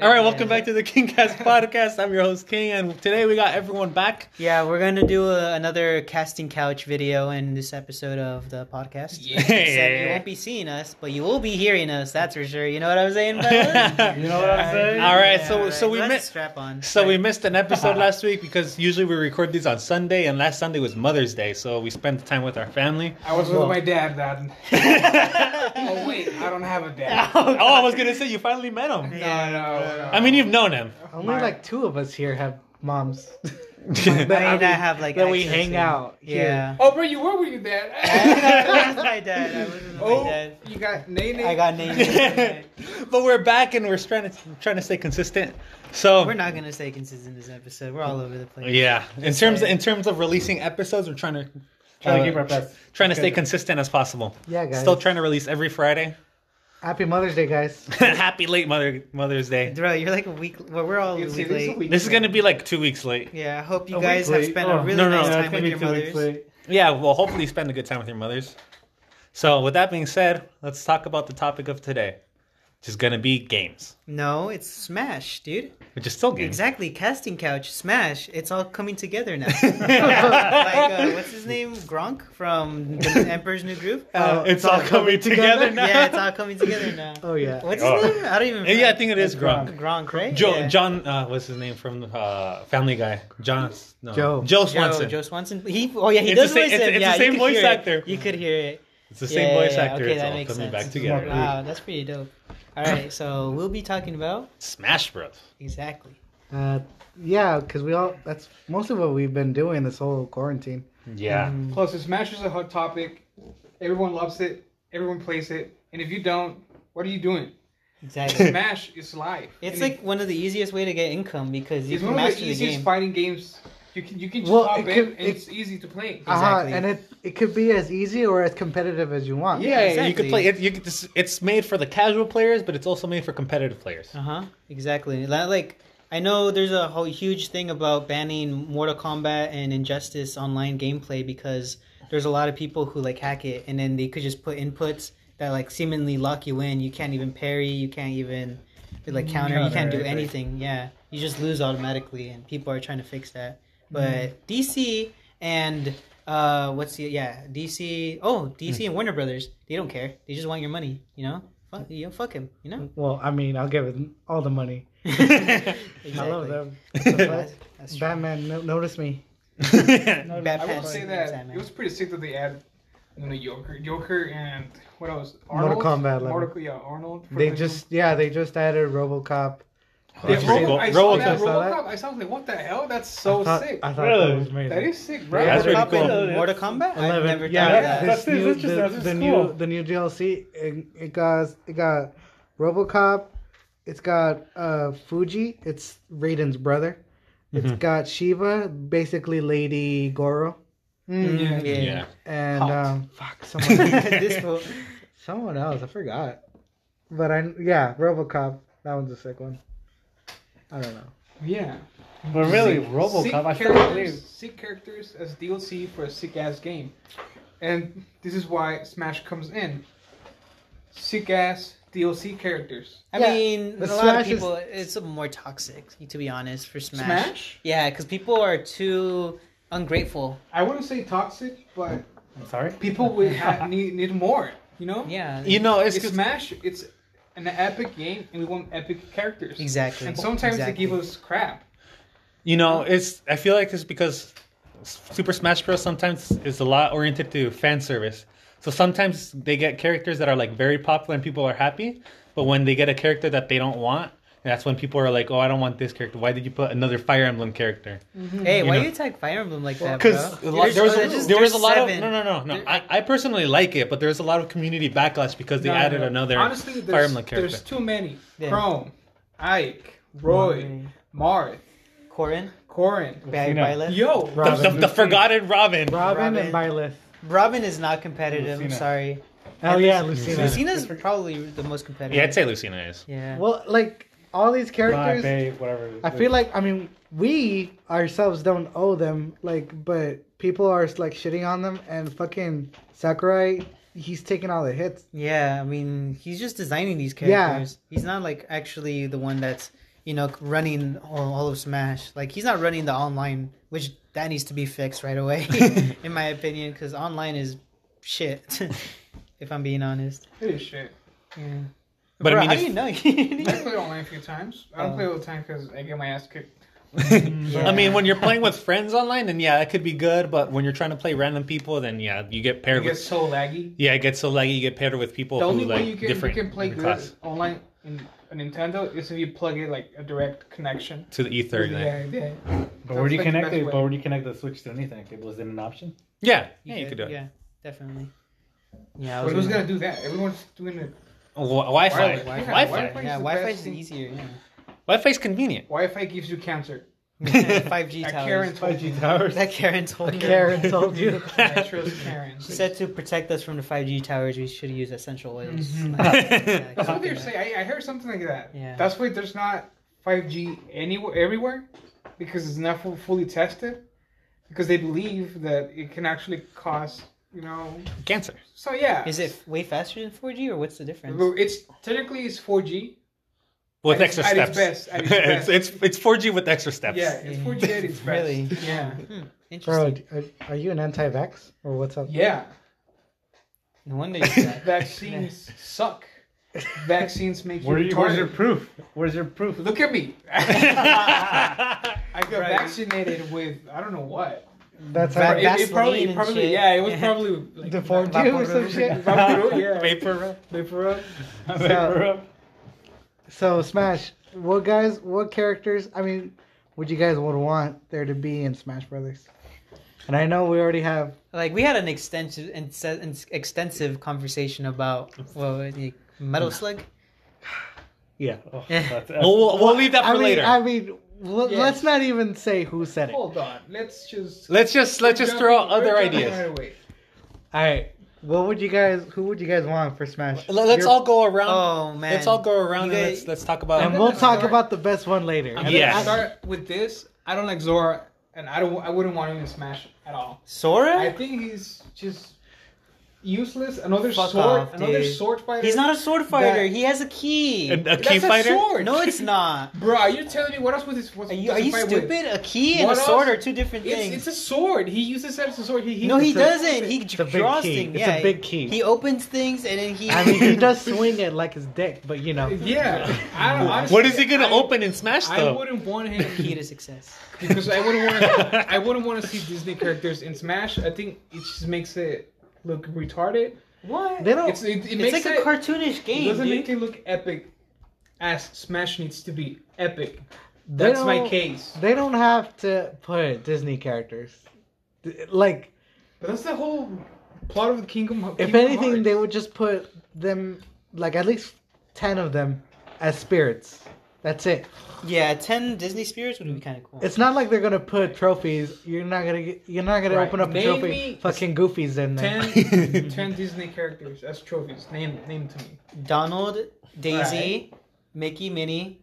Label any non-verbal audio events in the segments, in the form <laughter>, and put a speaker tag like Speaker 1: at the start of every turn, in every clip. Speaker 1: All right, welcome back to the
Speaker 2: <laughs>
Speaker 1: Kingcast podcast. I'm your host King, and today we got everyone back.
Speaker 3: Yeah, we're gonna do a, another casting couch video in this episode of the podcast.
Speaker 1: Yeah.
Speaker 3: Except you won't be seeing us, but you will be hearing us. That's for sure. You know what I'm saying? Bro?
Speaker 2: <laughs>
Speaker 1: You know what I'm saying? All right, so- so we
Speaker 3: Let's
Speaker 1: met-
Speaker 3: strap on.
Speaker 1: So we missed an
Speaker 2: <laughs>
Speaker 1: episode last week because usually we record these on Sunday, and last Sunday was Mother's Day, so we spent time with our
Speaker 2: <laughs>
Speaker 1: family.
Speaker 4: I was with
Speaker 3: Well-
Speaker 4: my dad then. oh wait, I don't have a dad.
Speaker 1: oh, I was gonna say you finally met him.
Speaker 4: No, no, no.
Speaker 1: I mean, you've known
Speaker 2: <laughs>
Speaker 1: him.
Speaker 2: Only
Speaker 4: My-
Speaker 2: like two of us here have
Speaker 4: <laughs>
Speaker 2: moms
Speaker 3: I mean, I
Speaker 1: <laughs>
Speaker 3: have like
Speaker 2: that we
Speaker 3: access
Speaker 2: hang
Speaker 3: to-
Speaker 2: out. here. <laughs>
Speaker 3: Yeah. <laughs>
Speaker 4: Oh, bro, you were with your dad.
Speaker 3: That's my dad. I wasn't with my
Speaker 4: oh,
Speaker 3: dad.
Speaker 4: you got Nene.
Speaker 3: I
Speaker 1: <laughs>
Speaker 3: got named.
Speaker 1: but we're back, and we're trying to trying to stay consistent. So
Speaker 3: We're not gonna stay consistent this episode. We're all over the place.
Speaker 1: yeah, in terms in terms of releasing episodes, we're trying to
Speaker 2: Trying
Speaker 1: uh,
Speaker 2: to keep our best.
Speaker 1: trying to stay consistent as possible.
Speaker 2: Yeah, guys.
Speaker 1: Still trying to release every Friday.
Speaker 2: Happy Mother's Day, guys.
Speaker 1: <laughs> Happy late Mother Mother's Day.
Speaker 3: Bro, you're like a week. Well, we're all a
Speaker 4: It's-
Speaker 3: week
Speaker 4: it's
Speaker 3: late.
Speaker 4: week.
Speaker 1: This is gonna be like two weeks late.
Speaker 3: Yeah, I hope you
Speaker 2: A week
Speaker 3: guys have
Speaker 2: late.
Speaker 3: spent
Speaker 2: Oh,
Speaker 3: a really
Speaker 1: no, no,
Speaker 3: nice
Speaker 1: no,
Speaker 3: time with your mothers.
Speaker 1: Yeah, well, hopefully you spend a good time with your mothers. So, with that being said, let's talk about the topic of today, which is going to be games,
Speaker 3: No, it's Smash, dude.
Speaker 1: which is still games.
Speaker 3: Exactly, casting couch, smash. It's all coming together now.
Speaker 1: <laughs>
Speaker 3: like uh, what's his name, Gronk from the Emperor's New Groove.
Speaker 1: Uh, it's all coming together, now.
Speaker 3: Yeah, it's all coming together now.
Speaker 2: Oh yeah.
Speaker 3: What's his
Speaker 1: Oh.
Speaker 3: name? I don't even.
Speaker 1: yeah, I think it is Gronk.
Speaker 3: Gronk,
Speaker 1: <laughs>
Speaker 3: right?
Speaker 1: Joe,
Speaker 3: Yeah.
Speaker 1: John, uh, what's his name from uh, Family Guy? John, no.
Speaker 2: Joe.
Speaker 1: Joe
Speaker 3: Joe,
Speaker 1: Swanson.
Speaker 3: Joe Swanson. He, oh yeah, he
Speaker 1: It's the
Speaker 3: does
Speaker 1: same-
Speaker 3: voice
Speaker 1: it's-
Speaker 3: him.
Speaker 1: it's
Speaker 3: yeah,
Speaker 1: the
Speaker 3: you
Speaker 1: same
Speaker 3: could
Speaker 1: voice
Speaker 3: hear it.
Speaker 1: actor.
Speaker 3: You could hear it.
Speaker 1: It's the
Speaker 3: Yeah,
Speaker 1: same
Speaker 3: yeah,
Speaker 1: voice
Speaker 3: yeah.
Speaker 1: actor.
Speaker 3: Okay,
Speaker 1: it's
Speaker 3: that
Speaker 1: all
Speaker 3: makes
Speaker 1: coming
Speaker 3: sense.
Speaker 1: back together.
Speaker 3: Wow, that's pretty dope. All right, so we'll be talking about
Speaker 1: Smash Bros.
Speaker 3: exactly.
Speaker 2: Uh, yeah, because we all that's mostly what we've been doing this whole quarantine.
Speaker 3: Mm-hmm.
Speaker 1: Yeah.
Speaker 4: Plus, it's Smash is a hot topic. Everyone loves it. Everyone plays it. And if you don't, what are
Speaker 2: <laughs>
Speaker 4: you doing?
Speaker 1: <laughs>
Speaker 3: Exactly.
Speaker 4: Smash is life.
Speaker 3: It's
Speaker 4: And
Speaker 3: like one of the easiest way to get income because you
Speaker 4: it's
Speaker 3: can
Speaker 4: one of
Speaker 3: master
Speaker 4: the
Speaker 3: the
Speaker 4: easiest
Speaker 3: game.
Speaker 4: fighting games. You can you can just
Speaker 2: Well,
Speaker 4: hop
Speaker 2: it
Speaker 4: in
Speaker 2: could-
Speaker 4: and
Speaker 2: it-
Speaker 4: it's easy to play.
Speaker 2: Uh-huh,
Speaker 3: Exactly.
Speaker 2: and it it could be as easy or as competitive as you want.
Speaker 1: Yeah, you
Speaker 3: Exactly.
Speaker 1: could play it. You could, it's- it's made for the casual players, but it's also made for competitive players.
Speaker 3: Uh huh. Exactly. Li- Like I know there's a whole huge thing about banning Mortal Kombat and Injustice online gameplay because there's a lot of people who like hack it and then they could just put inputs that like seemingly lock you in. You can't even parry. You can't even like counter. you can't
Speaker 1: Counter,
Speaker 3: do
Speaker 1: right.
Speaker 3: anything. Yeah, you just lose automatically, and people are trying to fix that. But DC and uh, what's the yeah DC? Oh, DC and Warner Brothers. They don't care. They just want your money. You know. Fuck you. Fuck him. You know.
Speaker 2: Well, I mean, I'll give them all the money.
Speaker 1: <laughs>
Speaker 3: <laughs>
Speaker 2: I love
Speaker 3: Exactly.
Speaker 2: them.
Speaker 3: That's- that's true.
Speaker 2: Batman, no, notice me.
Speaker 3: Bad
Speaker 4: I will
Speaker 3: Batman.
Speaker 4: say that
Speaker 3: Batman.
Speaker 4: it was pretty sick that they added you know, Joker, Joker, and what else?
Speaker 2: Mortal Kombat level.
Speaker 4: Mortal, yeah, Arnold. for
Speaker 2: They
Speaker 4: the-
Speaker 2: just yeah, they just added RoboCop.
Speaker 4: Yeah,
Speaker 1: Did you see-
Speaker 4: Robo- Oh, I saw
Speaker 1: Robo-
Speaker 4: that.
Speaker 2: saw that?
Speaker 4: RoboCop. I saw like, what the hell? That's so
Speaker 2: I thought,
Speaker 4: sick.
Speaker 2: I thought
Speaker 5: Really?
Speaker 2: that was amazing.
Speaker 4: that is sick, bro.
Speaker 1: Yeah, that's pretty
Speaker 3: Mortal
Speaker 1: cool.
Speaker 3: Kombat? Mortal Kombat? I've
Speaker 2: 11.
Speaker 3: never
Speaker 2: yeah,
Speaker 3: done
Speaker 4: yeah.
Speaker 3: that.
Speaker 2: This
Speaker 5: That's-
Speaker 2: new,
Speaker 5: that's
Speaker 2: the,
Speaker 5: just- that's just
Speaker 2: the
Speaker 5: cool.
Speaker 2: new the new DLC it, it got it got RoboCop, it's got uh Fuji, it's Raiden's brother. It's got Shiva, basically Lady Goro,
Speaker 3: Mm,
Speaker 4: yeah.
Speaker 1: yeah.
Speaker 2: and
Speaker 4: Hot.
Speaker 2: um, fuck <laughs> someone
Speaker 3: <laughs> this will,
Speaker 2: someone else I forgot. But I yeah RoboCop that one's a sick one. I don't know.
Speaker 4: yeah.
Speaker 5: But really,
Speaker 4: sick
Speaker 5: RoboCop. I still believe.
Speaker 4: characters, sick characters as DLC for a sick ass game, and this is why Smash comes in. Sick ass DLC characters.
Speaker 3: I
Speaker 2: Yeah.
Speaker 3: mean,
Speaker 2: The
Speaker 3: a lot of
Speaker 2: Smash is-
Speaker 3: people, it's more toxic, to be honest, for Smash.
Speaker 4: Smash?
Speaker 3: Yeah, because people are too ungrateful.
Speaker 4: I wouldn't say toxic, but
Speaker 5: I'm sorry.
Speaker 4: people
Speaker 3: <laughs>
Speaker 4: would ha- need need more. You know.
Speaker 3: Yeah.
Speaker 1: You know, it's,
Speaker 4: It's Smash. It's an epic game, and we want epic characters.
Speaker 3: Exactly.
Speaker 4: And sometimes
Speaker 3: exactly.
Speaker 4: they give us crap.
Speaker 1: You know, it's. I feel like it's because Super Smash Bros. sometimes is a lot oriented to fan service. So sometimes they get characters that are like very popular and people are happy, but when they get a character that they don't want, that's when people are like, "Oh, I don't want this character. Why did you put another Fire Emblem character?"
Speaker 3: Hey,
Speaker 1: you
Speaker 3: why
Speaker 1: know.
Speaker 3: you attack Fire Emblem like that, bro?
Speaker 1: Because there was
Speaker 3: There's-
Speaker 1: a-
Speaker 3: oh, just-
Speaker 1: there was
Speaker 3: there's
Speaker 1: a lot of
Speaker 3: seven.
Speaker 1: no no no no. I, I personally like it, but there's a lot of community backlash because they
Speaker 4: No, no,
Speaker 1: added
Speaker 4: no.
Speaker 1: another
Speaker 4: Honestly, there's,
Speaker 1: Fire Emblem character.
Speaker 4: There's too many.
Speaker 3: Yeah.
Speaker 4: Chrome, Ike, Roy, Marth,
Speaker 3: Corrin,
Speaker 4: Corin.
Speaker 3: Bi-
Speaker 5: Lucina.
Speaker 3: Byleth.
Speaker 4: Yo,
Speaker 1: The- the, the forgotten Robin.
Speaker 2: Robin,
Speaker 3: Robin.
Speaker 2: and Byleth.
Speaker 3: Robin is not competitive. I'm
Speaker 5: Lucina.
Speaker 3: sorry.
Speaker 2: Oh yeah, Lucina.
Speaker 3: Lucina's probably the most competitive.
Speaker 1: Yeah, I'd say Lucina is.
Speaker 3: Yeah.
Speaker 2: Well, like all these
Speaker 5: My
Speaker 2: characters.
Speaker 5: babe, whatever. it is.
Speaker 2: I feel like I mean we ourselves don't owe them like, but people are like shitting on them and fucking Sakurai, he's taking all the hits.
Speaker 3: Yeah, I mean, he's just designing these
Speaker 2: Yeah.
Speaker 3: characters. He's not like actually the one that's you know, running all, all of Smash. Like he's not running the online, which that needs to be fixed right away, <laughs> in my opinion, because online is shit. <laughs> if I'm being honest.
Speaker 4: It is shit.
Speaker 3: Yeah.
Speaker 1: But
Speaker 3: Bro,
Speaker 1: I mean,
Speaker 3: how
Speaker 1: if-
Speaker 3: do you know? <laughs> You
Speaker 4: I
Speaker 3: didn't-
Speaker 4: played online a few times. I
Speaker 5: Uh,
Speaker 4: don't
Speaker 3: Oh.
Speaker 4: play all the time because I get my ass kicked.
Speaker 3: Yeah.
Speaker 4: <laughs>
Speaker 1: I mean, when you're playing with friends online, then yeah, that could be good. But when you're trying to play random people, then yeah, you get
Speaker 4: It
Speaker 1: paired
Speaker 4: gets
Speaker 1: with.
Speaker 4: so laggy.
Speaker 1: Yeah, it gets so laggy. You get paired with people
Speaker 4: The
Speaker 1: who
Speaker 4: only way you
Speaker 1: like
Speaker 4: can, you
Speaker 1: different
Speaker 4: can play
Speaker 1: in
Speaker 4: good
Speaker 1: class
Speaker 4: online in a Nintendo is if you plug in like a direct connection.
Speaker 1: to the ether. and that-
Speaker 4: Yeah, yeah.
Speaker 5: But where do you
Speaker 4: That's like the
Speaker 5: connect
Speaker 4: best
Speaker 5: it? But
Speaker 4: way.
Speaker 5: where do you connect the Switch to anything? It was it an option?
Speaker 1: Yeah, <laughs> yeah, you could do it.
Speaker 3: Yeah, definitely. Yeah, I
Speaker 4: But who's
Speaker 3: gonna-
Speaker 4: gonna do that? Everyone's doing it.
Speaker 1: Wi- Wi-Fi,
Speaker 4: Wireless, yeah,
Speaker 1: Wi-Fi,
Speaker 4: Wi-Fi.
Speaker 3: Yeah,
Speaker 4: is the
Speaker 3: Wi-Fi
Speaker 4: best
Speaker 3: is
Speaker 4: thing.
Speaker 3: easier.
Speaker 4: <laughs>
Speaker 3: Yeah.
Speaker 1: Wi-Fi's convenient.
Speaker 4: Wi-Fi gives you cancer.
Speaker 1: <laughs>
Speaker 3: Five G towers. <laughs>
Speaker 4: That Karen told me.
Speaker 5: 5G towers.
Speaker 3: That Karen told me. <laughs>
Speaker 2: Karen told you.
Speaker 4: <laughs> I trust Karen.
Speaker 3: She said to protect us from the five G towers, we should use essential oils.
Speaker 4: Mhm. <laughs>
Speaker 3: Yeah,
Speaker 4: That's what
Speaker 3: something
Speaker 4: they're
Speaker 3: like-
Speaker 4: saying. I, I heard something like that.
Speaker 3: Yeah.
Speaker 4: That's why there's not 5G anywhere, everywhere, because it's not fu- fully tested, because they believe that it can actually cause, you know.
Speaker 1: Cancer.
Speaker 4: So yeah.
Speaker 3: Is it way faster than 4G or what's the difference?
Speaker 4: Well, It's technically it's 4G.
Speaker 1: With
Speaker 4: At its-
Speaker 1: extra
Speaker 4: at its
Speaker 1: steps.
Speaker 4: best, at its
Speaker 1: <laughs> it's,
Speaker 4: best.
Speaker 1: it's it's 4G with extra steps.
Speaker 4: Yeah,
Speaker 1: <laughs>
Speaker 4: it's
Speaker 3: <laughs>
Speaker 4: 4G at its best.
Speaker 3: Really? <laughs>
Speaker 4: Yeah.
Speaker 3: Hmm,
Speaker 2: <laughs> Bro,
Speaker 3: interesting.
Speaker 2: d- are, are you an anti-vax or what's up?
Speaker 4: Yeah.
Speaker 3: No wonder you said that.
Speaker 2: <laughs>
Speaker 4: Vaccines suck. Vaccines make
Speaker 5: Where do
Speaker 4: you
Speaker 5: you, where's your
Speaker 4: retarded.
Speaker 5: proof? Where's your proof?
Speaker 4: Look at me. <laughs> I got
Speaker 3: Right.
Speaker 4: vaccinated with I don't know what.
Speaker 2: That's
Speaker 3: Vax-
Speaker 2: how
Speaker 4: It, it probably,
Speaker 3: Vaseline
Speaker 4: it
Speaker 3: and
Speaker 4: probably,
Speaker 3: shit.
Speaker 4: yeah, it was <laughs> probably like,
Speaker 2: deformed you or some shit.
Speaker 4: Vaporub, yeah.
Speaker 1: Vapor rub.
Speaker 4: <laughs> Vaporub.
Speaker 5: <laughs> Vapor up.
Speaker 2: So Smash, what guys, what characters? I mean, would you guys would want there to be in Smash Brothers? And I know we already have.
Speaker 3: Like we had an extensive and se- and s- extensive conversation about well the metal slug.
Speaker 4: <laughs>
Speaker 5: Yeah. Oh,
Speaker 3: Yeah.
Speaker 5: that's-
Speaker 1: We'll, we'll, we'll leave that for
Speaker 2: Eh. I mean,
Speaker 1: later.
Speaker 2: I mean, l-
Speaker 4: Yeah.
Speaker 2: let's not even say who said it. All
Speaker 4: Hold on. Let's just
Speaker 1: Let's just let's just throw out other
Speaker 4: We're jumping
Speaker 1: ideas.
Speaker 4: right away.
Speaker 2: right, what would you guys? Who would you guys want for Smash?
Speaker 1: Let- Let's
Speaker 2: Your-
Speaker 1: all go
Speaker 4: Um,
Speaker 1: around.
Speaker 3: Oh man.
Speaker 1: let's all go around
Speaker 3: You
Speaker 1: and
Speaker 3: guys-
Speaker 1: let's let's talk about.
Speaker 2: <laughs> And we'll
Speaker 4: gonna
Speaker 2: talk
Speaker 4: start-
Speaker 2: about the best one later.
Speaker 4: I'm
Speaker 1: Yes.
Speaker 4: gonna start with this. I don't like Zora, and I don't. I wouldn't want him to smash at all. I
Speaker 3: Sora?
Speaker 4: think he's just useless. Another
Speaker 3: Fuck
Speaker 4: sword.
Speaker 3: off,
Speaker 4: another
Speaker 3: dude.
Speaker 4: sword fighter.
Speaker 3: He's not a sword fighter.
Speaker 4: That-
Speaker 3: He has a key.
Speaker 1: a, a
Speaker 4: That's
Speaker 1: key
Speaker 4: a
Speaker 1: fighter.
Speaker 4: sword.
Speaker 3: No, it's not.
Speaker 4: <laughs> Bro, are you telling me what else was this? What's,
Speaker 3: Are you, are you stupid? A key and
Speaker 4: What
Speaker 3: a sword
Speaker 4: else?
Speaker 3: are two different
Speaker 4: It's,
Speaker 3: things.
Speaker 4: it's a sword. He uses it as a sword. He, he
Speaker 3: no, he
Speaker 2: it's a-
Speaker 3: doesn't. He
Speaker 2: it's a big
Speaker 3: draws
Speaker 2: key.
Speaker 3: things.
Speaker 2: It's
Speaker 3: Yeah,
Speaker 2: a big key.
Speaker 3: He opens things and then he.
Speaker 2: I mean, he does swing it like his dick, but you know.
Speaker 4: Yeah. I don't, honestly,
Speaker 1: What is he gonna
Speaker 4: I-
Speaker 1: open in Smash
Speaker 4: I
Speaker 1: though?
Speaker 4: wouldn't want him
Speaker 3: <clears throat> key to success.
Speaker 4: because I wouldn't want. To, I wouldn't want to see Disney characters in Smash. I think it just makes it look retarded.
Speaker 3: What?
Speaker 2: They don't.
Speaker 4: It's it, it
Speaker 3: It's
Speaker 4: makes
Speaker 3: like
Speaker 4: it,
Speaker 3: a cartoonish
Speaker 4: It
Speaker 3: game,
Speaker 4: doesn't
Speaker 3: dude.
Speaker 4: make it look epic. As Smash needs to be epic.
Speaker 2: they
Speaker 4: That's my
Speaker 2: don't-
Speaker 4: case.
Speaker 2: They don't have to put Disney characters. D- Like,
Speaker 4: But that's the whole plot of the Kingdom. of-
Speaker 2: if
Speaker 4: Kingdom
Speaker 2: anything,
Speaker 4: Hearts.
Speaker 2: they would just put them, like at least ten of them, as spirits. That's it.
Speaker 3: Yeah, ten Disney spirits would be kind of cool.
Speaker 2: It's not like they're gonna put trophies. You're not gonna. Get, you're not gonna
Speaker 4: Right.
Speaker 2: open up a
Speaker 4: Name
Speaker 2: trophy.
Speaker 4: me-
Speaker 2: Fucking goofies in there.
Speaker 3: <laughs>
Speaker 4: 10, 10 Disney characters as trophies. Name name to me.
Speaker 3: Donald, Daisy, Mickey, Minnie.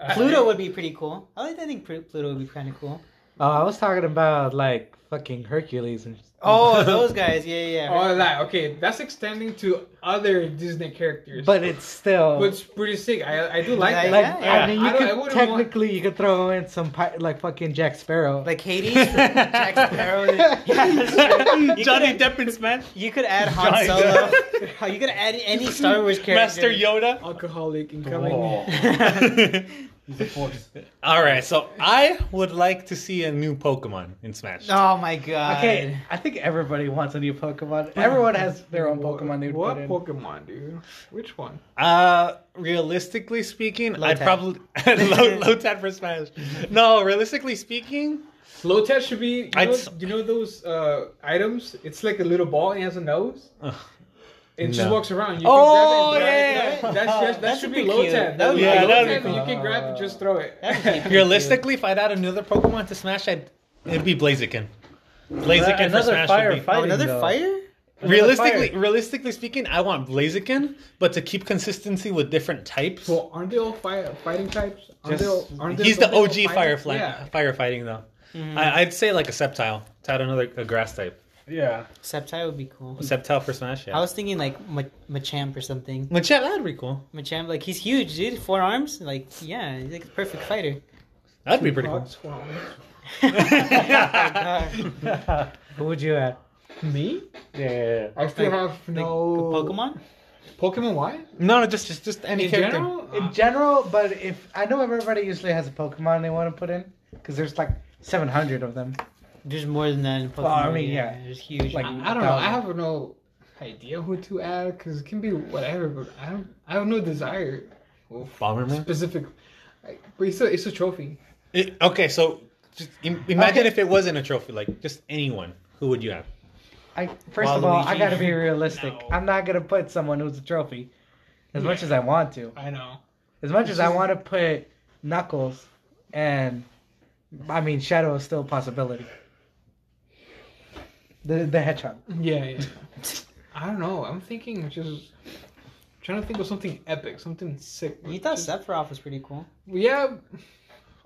Speaker 4: Uh,
Speaker 3: Pluto would be pretty cool. I like. I think Plu- Pluto would be kind of cool.
Speaker 2: Oh, I was talking about like fucking Hercules and.
Speaker 4: <laughs>
Speaker 3: Oh, those guys. Yeah, yeah. yeah.
Speaker 4: Oh, like, okay, that's extending to other Disney characters.
Speaker 2: But it's still.
Speaker 4: But it's pretty sick. I, I do like
Speaker 3: Yeah,
Speaker 4: that.
Speaker 2: like
Speaker 3: yeah,
Speaker 2: I mean, you
Speaker 4: yeah. I don't- I
Speaker 2: could
Speaker 4: wouldn't
Speaker 2: technically you could throw in some pi- like fucking Jack Sparrow.
Speaker 3: Like Hades, Jack
Speaker 4: <laughs>
Speaker 3: Sparrow. Yeah, that's true.
Speaker 1: <laughs>
Speaker 3: You
Speaker 1: Johnny
Speaker 3: could-
Speaker 1: Depp in Smash.
Speaker 3: You could add
Speaker 1: Johnny
Speaker 3: Han Solo. Oh, you could add any Star
Speaker 4: <laughs>
Speaker 3: Wars character.
Speaker 1: Master Yoda.
Speaker 4: Alcoholic incoming.
Speaker 5: Whoa. He's a force.
Speaker 1: <laughs> All right, so I would like to see a new Pokemon in Smash.
Speaker 3: Oh my god.
Speaker 2: Okay, I think everybody wants a new Pokemon. Everyone has their own Pokemon they would
Speaker 4: What
Speaker 2: put in.
Speaker 4: Pokemon, dude? Which one?
Speaker 1: Uh, realistically speaking, I'd
Speaker 3: Lotad.
Speaker 1: probably <laughs> low, low tad for Smash. No, realistically speaking,
Speaker 4: Lotad should be. You
Speaker 1: I'd
Speaker 4: know,
Speaker 1: s-
Speaker 4: you know those uh, items? It's like a little ball and it has a nose.
Speaker 1: Ugh.
Speaker 4: It just
Speaker 1: No.
Speaker 4: walks around. You
Speaker 1: Oh,
Speaker 4: can grab
Speaker 1: yeah.
Speaker 4: it and throw it. That's, that's, that
Speaker 3: That's
Speaker 4: should be
Speaker 3: pretty
Speaker 4: Lotad.
Speaker 3: cute.
Speaker 4: That
Speaker 3: That
Speaker 4: would
Speaker 1: would be
Speaker 4: be
Speaker 1: that'd be
Speaker 4: Lotad, and You
Speaker 2: cool.
Speaker 4: can grab and just throw it.
Speaker 3: That'd
Speaker 4: <laughs>
Speaker 3: be-
Speaker 1: realistically, if I'd add another Pokemon to Smash, I'd it'd be Blaziken. Blaziken for
Speaker 5: Another
Speaker 1: Smash
Speaker 5: fire
Speaker 1: would be.
Speaker 5: fighting,
Speaker 3: Oh, another
Speaker 5: though.
Speaker 3: fire?
Speaker 5: another
Speaker 1: realistically,
Speaker 5: fire.
Speaker 1: realistically speaking, I want Blaziken, but to keep consistency with different types.
Speaker 4: Well, aren't they all fi- fighting types? Aren't they all, aren't they-
Speaker 1: He's the
Speaker 4: don't they all
Speaker 1: OG
Speaker 4: fight?
Speaker 1: firefly
Speaker 4: Yeah.
Speaker 5: Mm-hmm.
Speaker 1: firefighting though. I, I'd say like a Sceptile, to add another a grass type.
Speaker 4: Yeah.
Speaker 3: Septile would be cool.
Speaker 1: Septile for Smash.
Speaker 3: I
Speaker 1: Yeah.
Speaker 3: was thinking like Ma- Machamp or something.
Speaker 1: Machamp, that'd be cool.
Speaker 3: Machamp, like he's huge, dude. Four arms, like yeah, he's like a perfect <laughs> fighter.
Speaker 1: That'd be pretty
Speaker 5: <laughs>
Speaker 1: cool. <laughs>
Speaker 2: Who would you at?
Speaker 4: Me?
Speaker 1: yeah.
Speaker 4: I still have no
Speaker 3: Pokemon.
Speaker 4: Pokemon. Why?
Speaker 1: No, no, just just just any
Speaker 4: In
Speaker 1: character.
Speaker 4: general,
Speaker 2: In
Speaker 4: uh,
Speaker 2: general, but if I know everybody usually has a Pokemon they want to put in, because there's like 700 of them.
Speaker 3: There's more than that in Pokemon.
Speaker 2: Well, I mean, yeah.
Speaker 3: there's huge.
Speaker 4: like I don't know. I have no idea who to add because it can be whatever. But I don't. I have no desire. Well,
Speaker 1: Bomberman.
Speaker 4: specific. Like, but it's a it's a trophy.
Speaker 1: It- okay, so just im- imagine if it wasn't a trophy, like just anyone. Who would you have?
Speaker 2: I first of all, I gotta be realistic. I'm not gonna put someone who's a trophy, as much as I want to.
Speaker 4: I know.
Speaker 2: As much as I want to put Knuckles, and I mean Shadow is still a possibility. The the Hedgehog.
Speaker 4: Yeah, yeah. <laughs> I don't know. I'm thinking just trying to think of something epic, something sick.
Speaker 3: You thought Sephiroth was pretty cool.
Speaker 4: Yeah,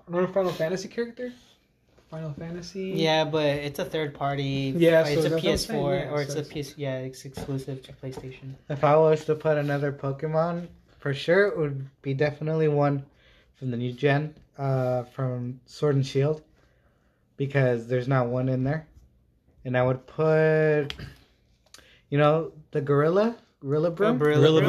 Speaker 4: another Final Fantasy character. Final Fantasy.
Speaker 3: Yeah, but it's a third party.
Speaker 4: Yeah, so
Speaker 3: it's
Speaker 4: that's
Speaker 3: a
Speaker 4: what I'm
Speaker 3: PS4
Speaker 4: saying, yeah,
Speaker 3: or it's
Speaker 4: so
Speaker 3: a
Speaker 4: it's-
Speaker 3: PS. Yeah, it's exclusive to PlayStation.
Speaker 2: If I was to put another Pokemon, for sure it would be definitely one from the new gen, uh, from Sword and Shield, because there's not one in there. And I would put, you know, the Gorilla, Gorilla
Speaker 1: Boom.
Speaker 2: Broom.
Speaker 1: Gorilla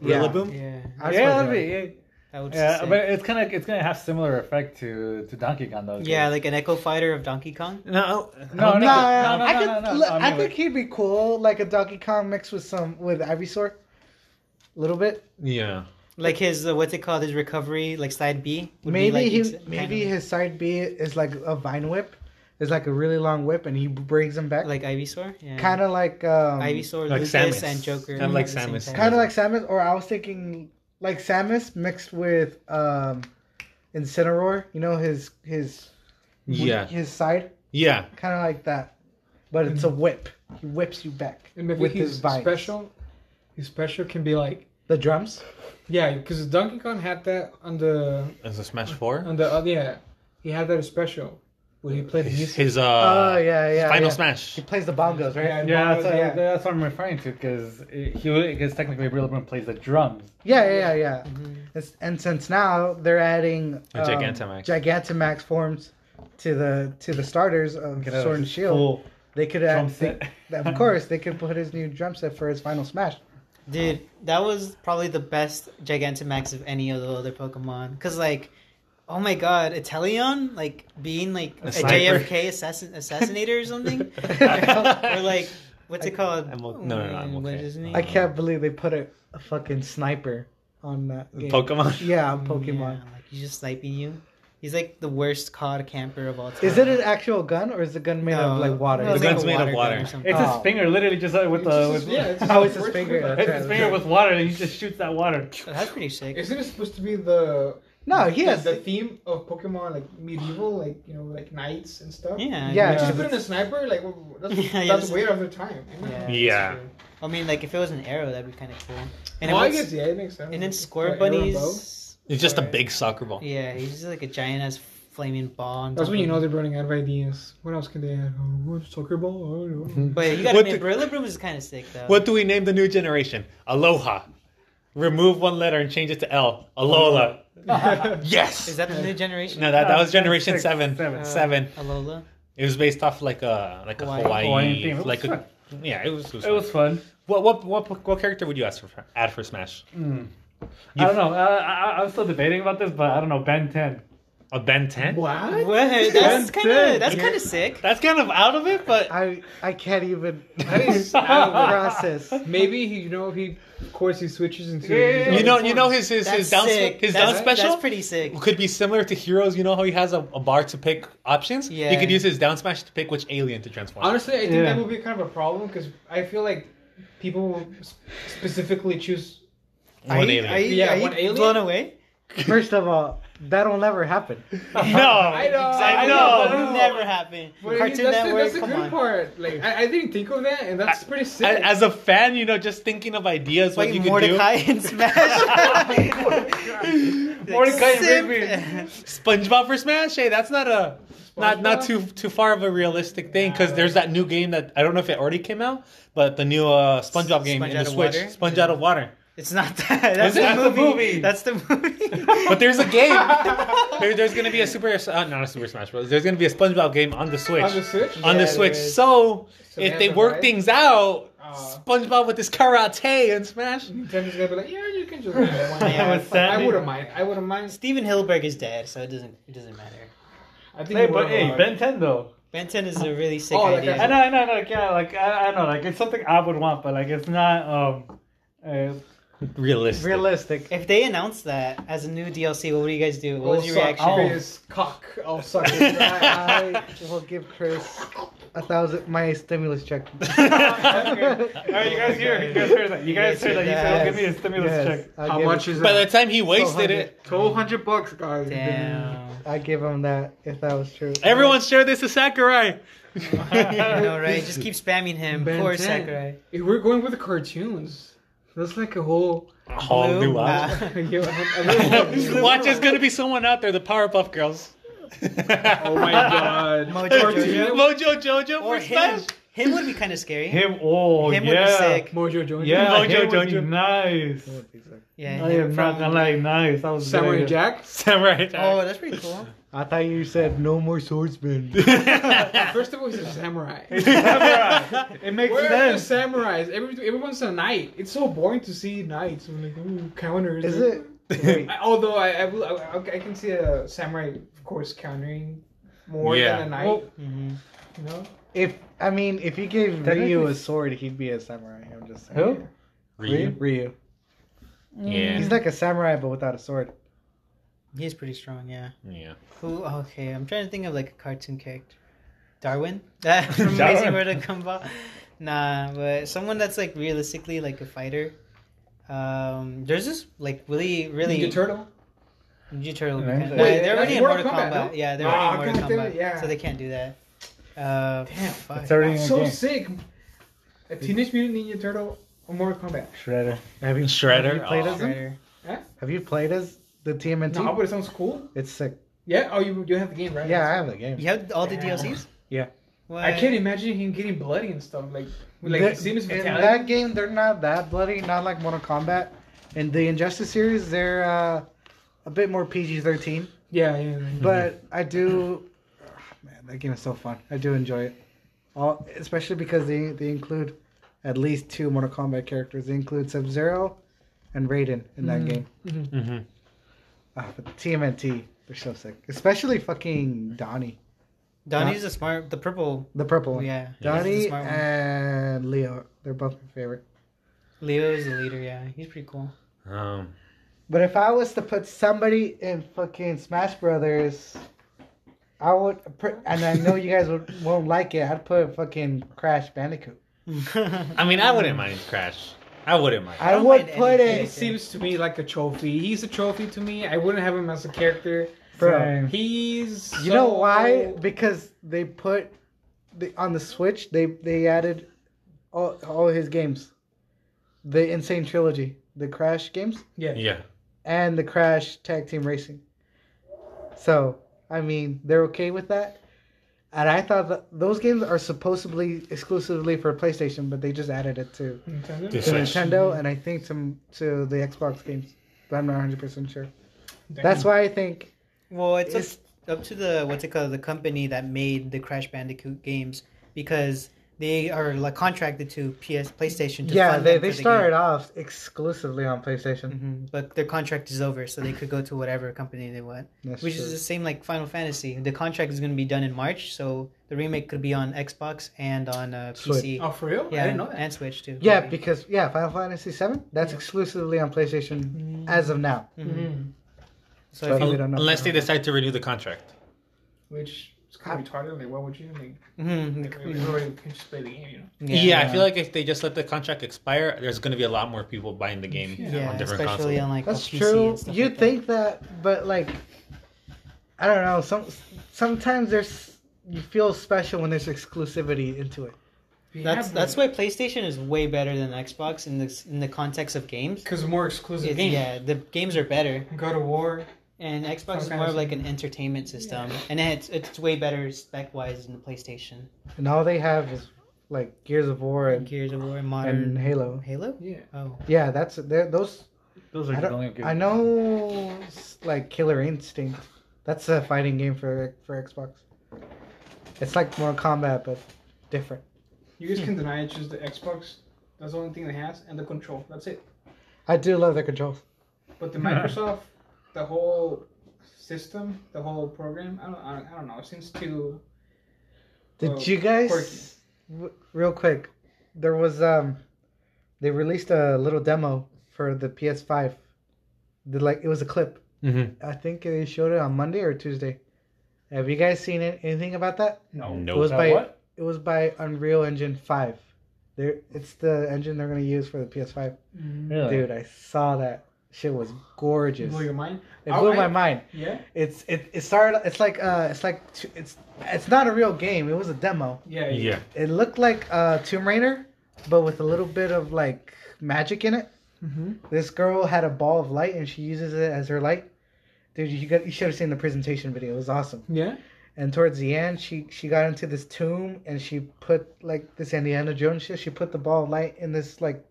Speaker 2: Yeah.
Speaker 1: Boom.
Speaker 3: Oh, Yeah,
Speaker 2: I swear
Speaker 5: yeah,
Speaker 2: to
Speaker 5: that'd be,
Speaker 3: that would.
Speaker 5: yeah,
Speaker 3: Yeah,
Speaker 5: but it's kind of it's gonna have similar effect to to Donkey Kong though.
Speaker 3: yeah, like an Echo Fighter of Donkey Kong.
Speaker 1: No,
Speaker 5: No,
Speaker 2: God. Nah,
Speaker 5: no, no, no,
Speaker 2: I
Speaker 5: no,
Speaker 2: could-
Speaker 5: no, no,
Speaker 2: look,
Speaker 5: I mean,
Speaker 2: I think
Speaker 5: like-
Speaker 2: he'd be cool, like a Donkey Kong mixed with some with Ivysaur, a little bit.
Speaker 1: Yeah.
Speaker 3: Like his uh, what's it called? His recovery, like side B. would be,
Speaker 2: Maybe
Speaker 3: like,
Speaker 2: he,
Speaker 3: ex- kind
Speaker 2: maybe
Speaker 3: of
Speaker 2: his side B is like a vine whip, is like a really long whip, and he brings him back,
Speaker 3: like Ivysaur. Yeah.
Speaker 2: kind of like um,
Speaker 3: Ivysaur,
Speaker 1: Like
Speaker 3: Lucas,
Speaker 1: Samus.
Speaker 3: and Joker.
Speaker 1: Kinda like
Speaker 3: at the same
Speaker 1: Samus.
Speaker 3: time.
Speaker 2: kind of like Samus. Or I was thinking like Samus mixed with um, Incineroar. You know his his
Speaker 1: Yeah.
Speaker 2: his side,
Speaker 1: Yeah.
Speaker 2: kind of like that, but it's a whip. He whips you back
Speaker 4: And maybe
Speaker 2: with his
Speaker 4: his
Speaker 2: vines.
Speaker 4: special, his special can be like
Speaker 2: The drums.
Speaker 4: yeah, because Donkey Kong had that on the
Speaker 1: As a Smash Four.
Speaker 4: on the other yeah, he had that special when he played the
Speaker 1: His,
Speaker 4: music.
Speaker 1: his uh.
Speaker 2: oh yeah, yeah.
Speaker 1: Final
Speaker 2: yeah.
Speaker 1: Smash.
Speaker 2: He plays the bongos, right?
Speaker 5: Yeah,
Speaker 4: Mario,
Speaker 5: that's,
Speaker 4: yeah.
Speaker 5: that's what I'm referring to because he because technically Brilliant plays the drums.
Speaker 2: Yeah, yeah, yeah, yeah. It's- And since now they're adding um,
Speaker 1: A Gigantamax.
Speaker 2: Gigantamax forms to the to the starters of
Speaker 5: Get a
Speaker 2: Sword and Shield,
Speaker 5: full
Speaker 2: they could
Speaker 5: drum
Speaker 2: add. They,
Speaker 5: set.
Speaker 2: of course, they could put his new drum set for his final smash.
Speaker 3: Dude, that was probably the best Gigantamax of any of the other Pokemon. Cause like, oh my god, Italion, like being like a,
Speaker 1: sniper.
Speaker 3: JFK assassin assassinator
Speaker 1: <laughs>
Speaker 3: or something, or like what's it called?
Speaker 1: I'm o- no, no, no, I'm
Speaker 3: What
Speaker 1: okay.
Speaker 3: is his name?
Speaker 2: I can't believe they put a, a fucking sniper on that game.
Speaker 1: Pokemon.
Speaker 2: <laughs> Yeah, on Pokemon.
Speaker 3: Yeah, like he's just sniping you. He's like the worst COD camper of all time.
Speaker 2: Is it an actual gun or is the gun made of
Speaker 3: No,
Speaker 2: like water?
Speaker 3: no,
Speaker 1: The
Speaker 3: it's
Speaker 1: gun's
Speaker 3: a
Speaker 1: made of
Speaker 3: gun
Speaker 1: water.
Speaker 3: or something.
Speaker 5: It's
Speaker 2: Oh.
Speaker 5: his finger, literally, just uh, with
Speaker 4: It's
Speaker 5: the
Speaker 4: just-
Speaker 5: with,
Speaker 4: yeah,
Speaker 3: <laughs>
Speaker 4: it's
Speaker 5: <laughs>
Speaker 4: just
Speaker 2: Oh, it's his
Speaker 4: words for
Speaker 2: finger.
Speaker 4: that.
Speaker 5: it's his finger with water, and he just shoots that water.
Speaker 3: Oh, that's pretty sick.
Speaker 4: Isn't it supposed to be the
Speaker 2: No, he
Speaker 4: the-
Speaker 2: has-
Speaker 4: the theme of Pokemon like medieval, like you know, like knights and stuff.
Speaker 3: yeah.
Speaker 2: Yeah,
Speaker 4: Did
Speaker 2: it's
Speaker 4: you put in a sniper? Like well,
Speaker 3: <laughs>
Speaker 4: that's,
Speaker 3: Yeah, yeah,
Speaker 4: that's
Speaker 3: this-
Speaker 4: way out of the time.
Speaker 3: Yeah.
Speaker 1: Yeah.
Speaker 3: I mean, like if it was an arrow, that'd be kind of cool.
Speaker 4: And
Speaker 3: And it
Speaker 4: I
Speaker 3: was,
Speaker 4: guess yeah, it makes sense.
Speaker 3: and then
Speaker 4: Like,
Speaker 3: Squirt
Speaker 4: like, arrow and bow.
Speaker 3: Bunnies.
Speaker 1: It's just a
Speaker 3: Or-
Speaker 1: big soccer ball.
Speaker 3: Yeah, he's just like a giant ass flaming ball. on
Speaker 4: That's
Speaker 3: top
Speaker 4: when you
Speaker 3: of
Speaker 4: know
Speaker 3: him.
Speaker 4: they're running out of ideas. What else can they add? Oh, what, soccer ball? I don't know.
Speaker 3: But you gotta
Speaker 1: What
Speaker 3: admit,
Speaker 1: the-
Speaker 3: Brilliant is kind of sick though.
Speaker 1: What do we name the new generation? Aloha. Remove one letter and change it to L. Alola. <laughs> yes.
Speaker 3: is that the new generation?
Speaker 1: no, that, that was
Speaker 5: Uh,
Speaker 1: Generation
Speaker 5: six,
Speaker 1: Seven.
Speaker 5: seven.
Speaker 1: Seven.
Speaker 5: Uh,
Speaker 3: Alola.
Speaker 1: It was based off like a like a
Speaker 3: Hawaii.
Speaker 1: Hawaii,
Speaker 5: Hawaiian theme. It was
Speaker 1: like a,
Speaker 5: fun.
Speaker 1: yeah. It was. It was,
Speaker 5: It was fun.
Speaker 1: what, what what what character would you ask for add for Smash?
Speaker 5: I don't know. Uh, I, I- I'm still debating about this, but I don't know. Ben 10.
Speaker 1: A Ben Ten.
Speaker 4: <laughs> What? <laughs>
Speaker 3: What? That's kind
Speaker 5: sick.
Speaker 3: of that's kind of sick.
Speaker 1: That's kind of out of it, but
Speaker 2: I I can't even
Speaker 4: That
Speaker 3: <laughs>
Speaker 4: is out of
Speaker 2: process.
Speaker 4: it. Maybe he, you know, he of course he switches into.
Speaker 5: Yeah.
Speaker 1: you know you know his his
Speaker 3: That's
Speaker 1: his down
Speaker 3: sick.
Speaker 1: his
Speaker 3: that's,
Speaker 1: down special.
Speaker 3: That's pretty sick.
Speaker 1: could be similar to Heroes. You know how he has a, a bar to pick options.
Speaker 3: Yeah.
Speaker 1: He could use his down smash to pick which alien to transform.
Speaker 4: Honestly, I think
Speaker 5: Yeah.
Speaker 4: that would be kind of a problem because I feel like people will s- specifically choose.
Speaker 1: One
Speaker 3: are you,
Speaker 1: alien.
Speaker 3: Are you,
Speaker 4: Yeah,
Speaker 3: are you
Speaker 4: one alien?
Speaker 3: blown away?
Speaker 2: First of all, that'll never happen.
Speaker 1: <laughs> no,
Speaker 4: I know.
Speaker 1: I
Speaker 4: I
Speaker 1: know.
Speaker 4: know.
Speaker 3: That would never happen.
Speaker 4: But I mean,
Speaker 3: Cartoon
Speaker 4: that's the-
Speaker 3: Network.
Speaker 4: that's the
Speaker 3: come
Speaker 4: good
Speaker 3: on.
Speaker 4: part. Like I, I didn't think of that, and that's pretty sick.
Speaker 1: A- As a fan, you know, just thinking of ideas what
Speaker 3: Like
Speaker 1: you could
Speaker 3: Mordecai and
Speaker 4: <laughs>
Speaker 3: Smash.
Speaker 5: Mordecai and
Speaker 3: Simp.
Speaker 5: Rigby.
Speaker 1: do. SpongeBob for Smash? Hey, that's not a not not too too far of a realistic thing because there's that new game that I don't know if it already came out, but the new uh, SpongeBob game
Speaker 3: Sponge
Speaker 1: in
Speaker 3: Out
Speaker 1: the
Speaker 3: of
Speaker 1: Switch,
Speaker 3: Water?
Speaker 1: Sponge Out of Water.
Speaker 3: It's not that. That's
Speaker 1: it?
Speaker 3: the,
Speaker 1: That's the
Speaker 3: movie.
Speaker 1: movie.
Speaker 3: That's the movie.
Speaker 1: But there's a game. there, there's gonna be a super uh, not a Super Smash Bros. There's gonna be a SpongeBob game on the Switch.
Speaker 4: On the Switch?
Speaker 1: On the
Speaker 3: Yeah,
Speaker 1: Switch.
Speaker 3: there is.
Speaker 1: So,
Speaker 4: So
Speaker 1: if
Speaker 4: they
Speaker 1: they
Speaker 4: have a
Speaker 1: work
Speaker 4: right?
Speaker 1: things out,
Speaker 4: Aw.
Speaker 1: SpongeBob with his karate and Smash.
Speaker 4: "Ah, Nintendo's gonna be like, yeah, you can just. One yeah,
Speaker 5: what's that
Speaker 4: I
Speaker 5: mean?
Speaker 4: wouldn't mind. I wouldn't mind.
Speaker 3: Steven Hilberg is dead, so it doesn't it doesn't matter.
Speaker 4: I think.
Speaker 5: Hey,
Speaker 4: it uh,
Speaker 5: but
Speaker 4: would've
Speaker 5: hey,
Speaker 4: worked.
Speaker 5: Ben 10 though.
Speaker 3: Ben 10 is a really sick
Speaker 4: Oh, like
Speaker 3: idea.
Speaker 5: I know, I know, I know, yeah, like I, I know, like it's something I would want, but like it's not um, uh,
Speaker 1: Realistic. <laughs>
Speaker 5: realistic.
Speaker 3: If they announced that as a new DLC, what would you guys do? What
Speaker 4: I'll
Speaker 3: was your
Speaker 4: suck
Speaker 3: reaction? Oh.
Speaker 5: I'll-
Speaker 4: His cock. I'll suck his dry eye.
Speaker 2: I will give Chris a thousand my stimulus check.
Speaker 5: <laughs> All right, you guys hear, you guys heard that, you guys heard that. You said, "Oh, "Give me a stimulus
Speaker 2: Yes,
Speaker 5: check."
Speaker 2: I'll
Speaker 4: How
Speaker 2: give
Speaker 4: much
Speaker 2: it-
Speaker 4: is
Speaker 1: By the
Speaker 4: that?
Speaker 1: time he wasted
Speaker 2: 400.
Speaker 1: it,
Speaker 4: Twelve hundred bucks, guys.
Speaker 3: Damn.
Speaker 2: I give him that if that was true.
Speaker 1: everyone share this to
Speaker 4: <laughs>
Speaker 1: Sakurai.
Speaker 3: <laughs> I know, right? Just keep spamming him.
Speaker 4: Ben
Speaker 3: Poor
Speaker 4: 10.
Speaker 3: Sakurai.
Speaker 4: If we're going with the cartoons, that's like a whole. <laughs>
Speaker 1: All
Speaker 3: Blue?
Speaker 1: new eyes.
Speaker 5: <laughs>
Speaker 3: Nah.
Speaker 4: Yeah, a- a
Speaker 1: <laughs>
Speaker 4: little-
Speaker 1: Watch, there's gonna be someone out there, the Powerpuff Girls.
Speaker 4: Oh
Speaker 1: <laughs>
Speaker 4: my god.
Speaker 3: Mojo
Speaker 4: Cartoon-
Speaker 3: Jojo.
Speaker 1: Mojo Jojo
Speaker 3: <laughs> Or
Speaker 1: for
Speaker 3: him.
Speaker 1: Smash.
Speaker 3: Him would be kind of scary.
Speaker 5: Him, oh
Speaker 3: Him would be
Speaker 5: yeah,
Speaker 3: sick.
Speaker 4: Mojo Jojo.
Speaker 5: yeah,
Speaker 1: Mojo
Speaker 5: <laughs> him would be
Speaker 1: Jojo.
Speaker 5: nice.
Speaker 3: Yeah,
Speaker 5: I
Speaker 3: him
Speaker 5: am
Speaker 3: from-
Speaker 5: not gonna lie, nice. I was
Speaker 4: Samurai
Speaker 5: there.
Speaker 1: <laughs>
Speaker 4: Jack.
Speaker 1: Samurai
Speaker 3: Oh,
Speaker 1: Jack.
Speaker 3: that's pretty cool.
Speaker 2: I thought you said no more swordsman.
Speaker 4: Oh.
Speaker 1: <laughs>
Speaker 4: First of all, he's a samurai.
Speaker 5: Samurai. <laughs> It makes
Speaker 4: Where are the
Speaker 5: sense.
Speaker 4: samurais? Every, everyone's a knight. It's so boring to see knights. I'm like, ooh, counters.
Speaker 2: Is it? Wait,
Speaker 4: I, although I, I, will, I, I can see a samurai, of course, countering more
Speaker 1: Yeah.
Speaker 4: than a knight.
Speaker 5: Well-
Speaker 3: Mhm.
Speaker 4: you know?
Speaker 2: if I mean, if you gave Ryu
Speaker 5: Technically-
Speaker 2: a sword, he'd be a samurai. I'm just saying.
Speaker 5: Who?
Speaker 2: Ryu. Ryu. He's
Speaker 1: Yeah.
Speaker 2: like a samurai but without a sword.
Speaker 3: He's pretty strong, yeah.
Speaker 1: Yeah.
Speaker 3: Who? Okay, I'm trying to think of like a cartoon character. Darwin? <laughs> That from Amazing
Speaker 1: Darwin.
Speaker 3: World of Gumball. Nah, but someone that's like realistically like a fighter. Um, there's this like really, really
Speaker 4: Ninja Turtle.
Speaker 3: Ninja Turtle.
Speaker 5: Ninja-
Speaker 3: Nah,
Speaker 5: Wait,
Speaker 3: they're already in
Speaker 4: that's
Speaker 3: Mortal
Speaker 4: Mortal
Speaker 3: Kombat.
Speaker 4: Kombat, no?
Speaker 3: Yeah, they're
Speaker 4: Ah,
Speaker 3: already in Mortal
Speaker 4: goddamn it,
Speaker 3: Kombat,
Speaker 4: yeah.
Speaker 3: so they can't do that. Uh, Damn,
Speaker 5: It's already in the
Speaker 4: So
Speaker 5: game.
Speaker 4: sick. A Teenage Mutant Ninja Turtle or Mortal Kombat.
Speaker 5: Shredder. Oh,
Speaker 2: Have you
Speaker 1: Shredder?
Speaker 2: Have you played
Speaker 1: Aw.
Speaker 2: as him? Have you played as the TMNT?
Speaker 4: No, but it sounds cool.
Speaker 2: It's sick.
Speaker 4: Yeah. Oh, you you have the game right?
Speaker 2: Yeah, I have the game.
Speaker 3: You have all the
Speaker 4: Damn.
Speaker 3: DLCs?
Speaker 2: Yeah.
Speaker 3: What?
Speaker 4: I can't imagine him getting bloody and stuff like like
Speaker 2: The-
Speaker 4: it seems
Speaker 2: in
Speaker 4: fatality.
Speaker 2: that game, they're not that bloody, not like Mortal Kombat. In the Injustice series, they're uh, a bit more PG-13.
Speaker 4: Yeah, yeah. yeah.
Speaker 3: Mm-hmm.
Speaker 2: But I do, <sighs> Ah, man, that game is so fun. I do enjoy it, all especially because they they include at least two Mortal Kombat characters. They include Sub Zero and Raiden in that game.
Speaker 1: Mm-hmm.
Speaker 2: Ah, but TMNT, they're so sick. Especially fucking Donnie,
Speaker 3: Donnie's the smart, the purple.
Speaker 2: the purple one.
Speaker 3: Yeah. he's the
Speaker 2: Donnie
Speaker 3: smart one.
Speaker 2: and Leo, they're both my favorite.
Speaker 3: Leo is the leader. Yeah, he's pretty cool. <laughs>
Speaker 1: Um,
Speaker 2: But if I was to put somebody in fucking Smash Brothers, I would, pr- and I know you guys would, won't like it. I'd put fucking Crash Bandicoot.
Speaker 3: I
Speaker 1: I mean, I wouldn't mind Crash. I wouldn't mind.
Speaker 2: I,
Speaker 3: don't
Speaker 2: would
Speaker 3: mind
Speaker 2: put
Speaker 3: anything.
Speaker 2: it,
Speaker 4: He seems to me like a trophy. He's a trophy to me. I wouldn't have him as a character.
Speaker 2: bro.
Speaker 5: Same.
Speaker 4: He's
Speaker 2: You know
Speaker 4: so-
Speaker 2: why? Because they put the, on the Switch. They they added all all his games, the Insane Trilogy, the Crash games,
Speaker 4: Yeah.
Speaker 1: yeah.
Speaker 2: and the Crash Tag Team Racing. So, I mean, they're okay with that. And I thought that those games are supposedly exclusively for PlayStation, but they just added it to,
Speaker 4: Nintendo?
Speaker 1: This-
Speaker 2: to
Speaker 1: Switch.
Speaker 2: Nintendo and I think to, to the Xbox games. But I'm not 100% sure. That's
Speaker 4: Mm.
Speaker 2: why I think
Speaker 3: well, it's,
Speaker 2: It's-
Speaker 3: up, up to the what's it called, the company that made the Crash Bandicoot games because they are like contracted to PS PlayStation. To
Speaker 2: yeah,
Speaker 3: fund
Speaker 2: they,
Speaker 3: them
Speaker 2: they
Speaker 3: for the
Speaker 2: started off exclusively on PlayStation.
Speaker 3: game. Mhm, But their contract is over, so they could go to whatever company they want,
Speaker 2: That's
Speaker 3: which
Speaker 2: true.
Speaker 3: is the same like Final Fantasy. The contract is going to be done in March, so the remake could be on Xbox and on uh,
Speaker 2: Switch.
Speaker 3: PC.
Speaker 4: Oh, for real?
Speaker 3: Yeah,
Speaker 4: I didn't know that.
Speaker 3: and Switch too.
Speaker 2: yeah,
Speaker 3: maybe.
Speaker 2: because yeah, Final Fantasy VII that's exclusively on
Speaker 3: Hmm.
Speaker 2: PlayStation as of now.
Speaker 3: Mhm.
Speaker 2: Mm-hmm.
Speaker 4: Mhm.
Speaker 3: So if
Speaker 2: So-
Speaker 3: you,
Speaker 2: We don't know.
Speaker 1: Unless they decide to renew the contract.
Speaker 4: Which is kind of retarded. Like, why would you? Like,
Speaker 3: mhm,
Speaker 4: you already can just play the game, you know?
Speaker 1: Yeah, I feel like if they just let the contract expire, there's going to be a lot more people buying the game
Speaker 3: yeah,
Speaker 1: on different
Speaker 3: especially
Speaker 1: consoles.
Speaker 3: on like
Speaker 2: That's
Speaker 3: PC
Speaker 2: true.
Speaker 3: and stuff
Speaker 2: You
Speaker 3: like that.
Speaker 2: think that, but like, I don't know. Some sometimes there's you feel special when there's exclusivity into it.
Speaker 3: That's that's why PlayStation is way better than Xbox in the in the context of games.
Speaker 4: because more exclusive
Speaker 3: It's-
Speaker 4: games.
Speaker 3: yeah, the games are better.
Speaker 4: God of War.
Speaker 3: And Xbox is
Speaker 4: Okay,
Speaker 3: more
Speaker 4: I
Speaker 3: of
Speaker 4: see.
Speaker 3: like an entertainment system, and it's it's way better spec wise than the PlayStation.
Speaker 2: And all they have is like Gears of War and,
Speaker 3: Gears of War,
Speaker 2: and
Speaker 3: modern
Speaker 2: Halo.
Speaker 3: Halo.
Speaker 4: Yeah.
Speaker 3: Oh,
Speaker 2: Yeah, that's they're- those.
Speaker 5: Those are
Speaker 2: I,
Speaker 5: the
Speaker 2: don't,
Speaker 5: only good.
Speaker 2: I know, s- like Killer Instinct. That's a fighting game for for Xbox. It's like Mortal Kombat, but different.
Speaker 4: You guys can deny it's just the Xbox. That's the only thing it has, and the control. That's it.
Speaker 2: I do love their controls.
Speaker 4: But the Microsoft, the whole system, the whole program. I don't. I don't, I don't know. It seems too.
Speaker 2: Did
Speaker 4: Well,
Speaker 2: you guys, w- real quick, there was um, they released a little demo for the PS5. Did like it was a clip.
Speaker 1: Mm-hmm.
Speaker 2: I think they showed it on Monday or Tuesday. Have you guys seen it? Anything about that?
Speaker 5: No.
Speaker 1: Oh, No.
Speaker 2: It was
Speaker 5: Now
Speaker 2: by
Speaker 5: what?
Speaker 2: it was by Unreal Engine Five. There, it's the engine they're gonna use for the PS5.
Speaker 3: Mm.
Speaker 5: Really?
Speaker 2: Dude, I saw that shit was gorgeous.
Speaker 4: Blow your mind.
Speaker 2: It
Speaker 4: Oh,
Speaker 2: blew
Speaker 4: I-
Speaker 2: my mind.
Speaker 4: Yeah.
Speaker 2: It's it, it started. It's like uh, it's like t- it's it's not a real game. It was a demo.
Speaker 4: Yeah.
Speaker 1: Yeah.
Speaker 2: It looked like uh, Tomb Raider, but with a little bit of like magic in it.
Speaker 4: Mm-hmm.
Speaker 2: This girl had a ball of light and she uses it as her light. Dude, you got you should have seen the presentation video. It was awesome.
Speaker 4: Yeah.
Speaker 2: And towards the end, she she got into this tomb and she put like this Indiana Jones shit. She put the ball of light in this like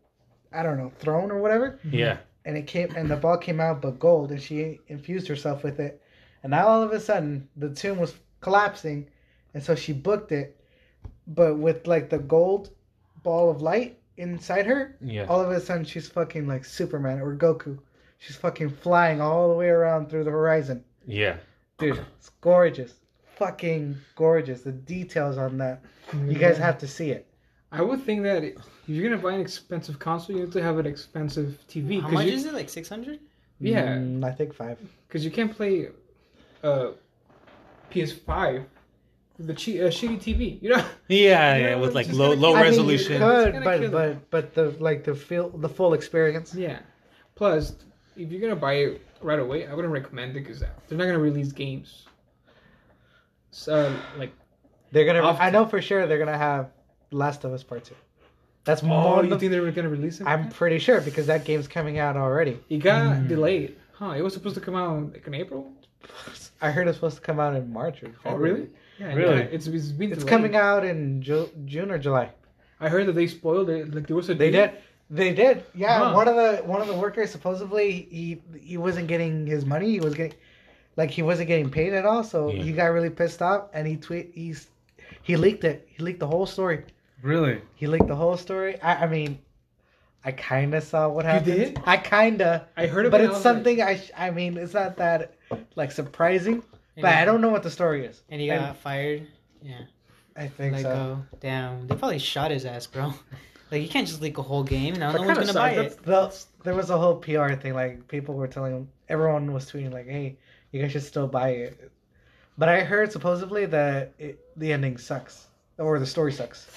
Speaker 2: I don't know throne or whatever,
Speaker 1: Yeah.
Speaker 2: and it came and the ball came out but gold, and she infused herself with it. And now all of a sudden, the tomb was collapsing, and so she booked it, but with like the gold ball of light inside her.
Speaker 1: Yeah.
Speaker 2: All of a sudden, she's fucking like Superman or Goku. She's fucking flying all the way around through the horizon.
Speaker 1: Yeah.
Speaker 2: Dude, it's gorgeous. Fucking gorgeous. The details on that. You guys have to see it.
Speaker 4: I would think that if you're gonna buy an expensive console, you have to have an expensive TV.
Speaker 3: how
Speaker 4: 'cause
Speaker 3: much
Speaker 4: you,
Speaker 3: is it? Like six hundred?
Speaker 4: Yeah.
Speaker 2: Mm, I think five.
Speaker 4: Because you can't play uh, PS5 with the che- uh, shitty TV. You
Speaker 3: <laughs>
Speaker 4: know?
Speaker 1: Yeah.
Speaker 4: You
Speaker 1: Yeah.
Speaker 4: know,
Speaker 1: With
Speaker 4: it's
Speaker 1: like
Speaker 4: just
Speaker 1: low
Speaker 4: like-
Speaker 1: low
Speaker 4: I mean,
Speaker 1: resolution.
Speaker 2: I mean, you could,
Speaker 4: It's gonna
Speaker 2: but
Speaker 4: kill
Speaker 2: but but the like the feel the full experience.
Speaker 4: Yeah. Plus, if you're gonna buy it right away, I wouldn't recommend it because they're not gonna release games. So like,
Speaker 2: They're gonna.
Speaker 4: Off-
Speaker 2: I know for sure they're gonna have Last of Us Part Two. That's
Speaker 4: oh,
Speaker 2: more.
Speaker 4: you
Speaker 2: than-
Speaker 4: think they were gonna release it?
Speaker 2: I'm pretty sure because that game's coming out already.
Speaker 4: It got
Speaker 5: Mm.
Speaker 4: delayed, huh? It was supposed to come out like in April.
Speaker 2: I heard it's supposed to come out in March. Or
Speaker 4: Oh,
Speaker 2: February.
Speaker 4: Yeah, it
Speaker 5: Oh, Really?
Speaker 4: got- it's, it's been.
Speaker 2: It's
Speaker 4: delayed.
Speaker 2: coming out in Ju- June or July.
Speaker 4: I heard that they spoiled it. Like there was a.
Speaker 2: They
Speaker 4: deal.
Speaker 2: did. They did. Yeah,
Speaker 4: Huh.
Speaker 2: one of the one of the workers supposedly he he wasn't getting his money. He was getting like he wasn't getting paid at all. So
Speaker 1: Yeah.
Speaker 2: he got really pissed off and he tweet he's he leaked it. He leaked the whole story.
Speaker 5: Really?
Speaker 2: He leaked the whole story. I, I mean, I kind of saw what happened.
Speaker 4: did?
Speaker 2: I kind of,
Speaker 4: I heard about
Speaker 2: but
Speaker 4: it.
Speaker 2: it's something I sh- I mean it's not that like surprising. But I don't know what the story is.
Speaker 3: And he got fired. Yeah.
Speaker 2: I think
Speaker 3: Like,
Speaker 2: so.
Speaker 3: oh, damn. They probably shot his ass, bro. <laughs> Like, you can't just leak a whole game. Now
Speaker 2: That
Speaker 3: no one's
Speaker 2: kinda
Speaker 3: gonna buy
Speaker 2: sucked.
Speaker 3: it.
Speaker 2: That's- the- there was a whole PR thing. Like people were telling him, everyone was tweeting like, "Hey, you guys should still buy it." But I heard supposedly that it, the ending sucks or the story sucks,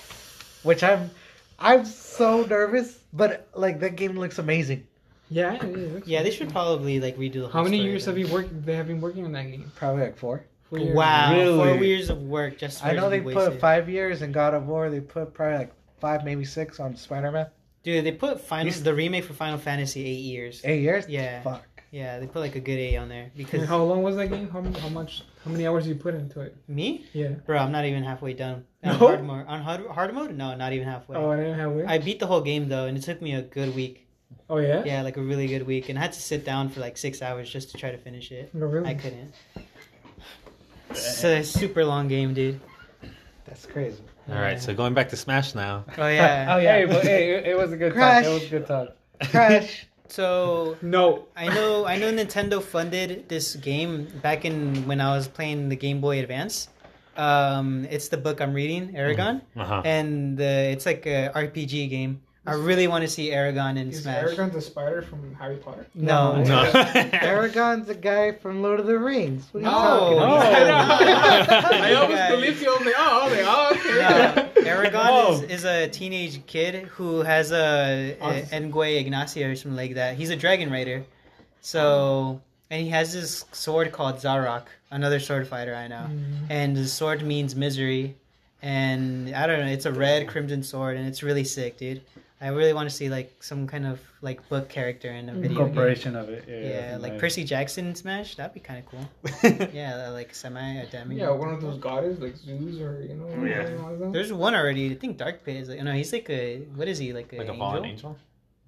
Speaker 2: which I'm I'm so nervous. But like that game looks amazing.
Speaker 4: Yeah. yeah, yeah.
Speaker 3: Yeah, they should probably like redo the. Whole
Speaker 4: How many
Speaker 3: story
Speaker 4: years
Speaker 3: then.
Speaker 4: have you worked? They have been working on that game.
Speaker 2: Probably like four.
Speaker 4: Four years.
Speaker 3: Wow, four
Speaker 5: Really?
Speaker 3: years of work just. For
Speaker 2: I know
Speaker 3: it to
Speaker 2: they
Speaker 3: be
Speaker 2: put
Speaker 3: wasted.
Speaker 2: five years in God of War. They put probably like five, maybe six on Spider Man.
Speaker 3: Dude, they put final
Speaker 2: Yes.
Speaker 3: the remake for Final Fantasy eight years.
Speaker 2: Eight years.
Speaker 3: Yeah.
Speaker 2: Fuck.
Speaker 3: Yeah, they put like a good eight on there
Speaker 4: And
Speaker 3: because
Speaker 4: how long was that game? How, how much? How many hours did you put into it?
Speaker 3: me,
Speaker 4: Yeah.
Speaker 3: bro, I'm not even halfway done. On
Speaker 4: No?
Speaker 3: hard mode, on hard, hard mode, no, not even halfway.
Speaker 4: Oh, I didn't have it.
Speaker 3: I beat the whole game though, and it took me a good week.
Speaker 4: Oh yeah.
Speaker 3: Yeah, like a really good week, and I had to sit down for like six hours just to try to finish it.
Speaker 4: No, really.
Speaker 3: I couldn't. It's a super long game, dude.
Speaker 2: That's crazy.
Speaker 1: All right. So going back to Smash now.
Speaker 3: Oh
Speaker 4: <laughs>
Speaker 3: yeah.
Speaker 5: Oh yeah. Hey, but, hey, it, it was a good
Speaker 2: Crash.
Speaker 5: talk. It was a good talk.
Speaker 2: Crash.
Speaker 3: So
Speaker 4: No.
Speaker 3: I know I know Nintendo funded this game back in when I was playing the Game Boy Advance. Um, it's the book I'm reading, Aragon,
Speaker 1: Uh huh.
Speaker 3: and the, it's like a RPG game. I really want to see Aragon in
Speaker 4: Is
Speaker 3: Smash.
Speaker 4: Aragorn the spider from Harry Potter?
Speaker 3: No.
Speaker 1: <laughs> No. <laughs>
Speaker 2: Aragon's a guy from Lord of the Rings. What are you
Speaker 3: No.
Speaker 2: talking
Speaker 3: <laughs>
Speaker 2: about?
Speaker 4: <laughs> I always
Speaker 3: Yeah.
Speaker 4: believed you. I'm like, oh, okay, oh, okay. <laughs>
Speaker 3: No, Aragon is, is a teenage kid who has a, a Ngwe Ignacia or something like that. He's a dragon rider. So, and he has this sword called Zarok, another sword fighter I know.
Speaker 4: Mm.
Speaker 3: And the sword means misery. And I don't know, it's a red crimson sword and it's really sick, dude. I really want to see like some kind of like book character in a
Speaker 5: Mm.
Speaker 3: video game.
Speaker 5: Incorporation of it.
Speaker 3: Yeah,
Speaker 5: Yeah,
Speaker 3: like
Speaker 5: nice.
Speaker 3: Percy Jackson Smash. That'd be kind of cool. Yeah, like semi or demi.
Speaker 4: Yeah, one of those goddess like Zeus or you know.
Speaker 1: Yeah.
Speaker 4: one of them.
Speaker 3: There's one already. I think Dark Pit is like no, he's like a what is he like a
Speaker 1: like a
Speaker 3: angel?
Speaker 1: fallen angel.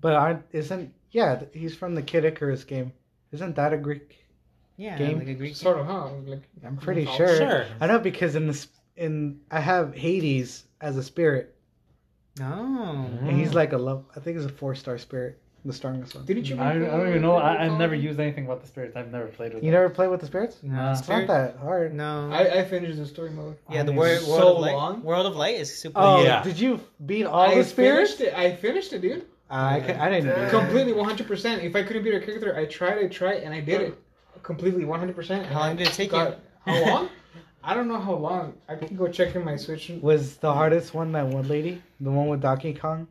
Speaker 2: But aren't, isn't yeah? th- He's from the Kid Icarus game. Isn't that a Greek?
Speaker 3: Yeah,
Speaker 2: Game?
Speaker 3: like a Greek.
Speaker 4: Sort of, huh? Like
Speaker 2: I'm pretty
Speaker 4: Oh,
Speaker 2: sure.
Speaker 1: Sure.
Speaker 2: I know because in the sp- in I have Hades as a spirit,
Speaker 3: No.
Speaker 1: Mhm.
Speaker 2: and he's like a love. I think he's a four star spirit, the strongest one.
Speaker 4: didn't you?
Speaker 5: I, I
Speaker 4: make
Speaker 5: don't
Speaker 4: that-
Speaker 5: even know. I,
Speaker 4: that
Speaker 5: I've never
Speaker 4: song?
Speaker 5: used anything about the spirits. I've never played with
Speaker 2: You
Speaker 5: them.
Speaker 2: never play with the spirits?
Speaker 3: No.
Speaker 5: Nah.
Speaker 2: It's not
Speaker 3: spirit-
Speaker 2: that hard.
Speaker 3: No.
Speaker 4: I, I finished the story mode.
Speaker 3: yeah, the
Speaker 5: I-
Speaker 3: word,
Speaker 4: so
Speaker 3: world of light.
Speaker 4: long.
Speaker 3: World of light is super.
Speaker 2: Oh,
Speaker 1: Yeah.
Speaker 2: did you beat all
Speaker 4: I
Speaker 2: the spirits?
Speaker 4: finished it. I finished it, dude.
Speaker 2: Uh, I, cou- I didn't. do it.
Speaker 4: Completely, one hundred percent. If I couldn't beat a character, I tried, I tried, and I did it. Completely, one hundred percent.
Speaker 3: How long did it take you?
Speaker 4: How long? I don't know how long. I can go check in my Switch. That
Speaker 2: Was the hardest one that one lady, the one with Donkey Kong?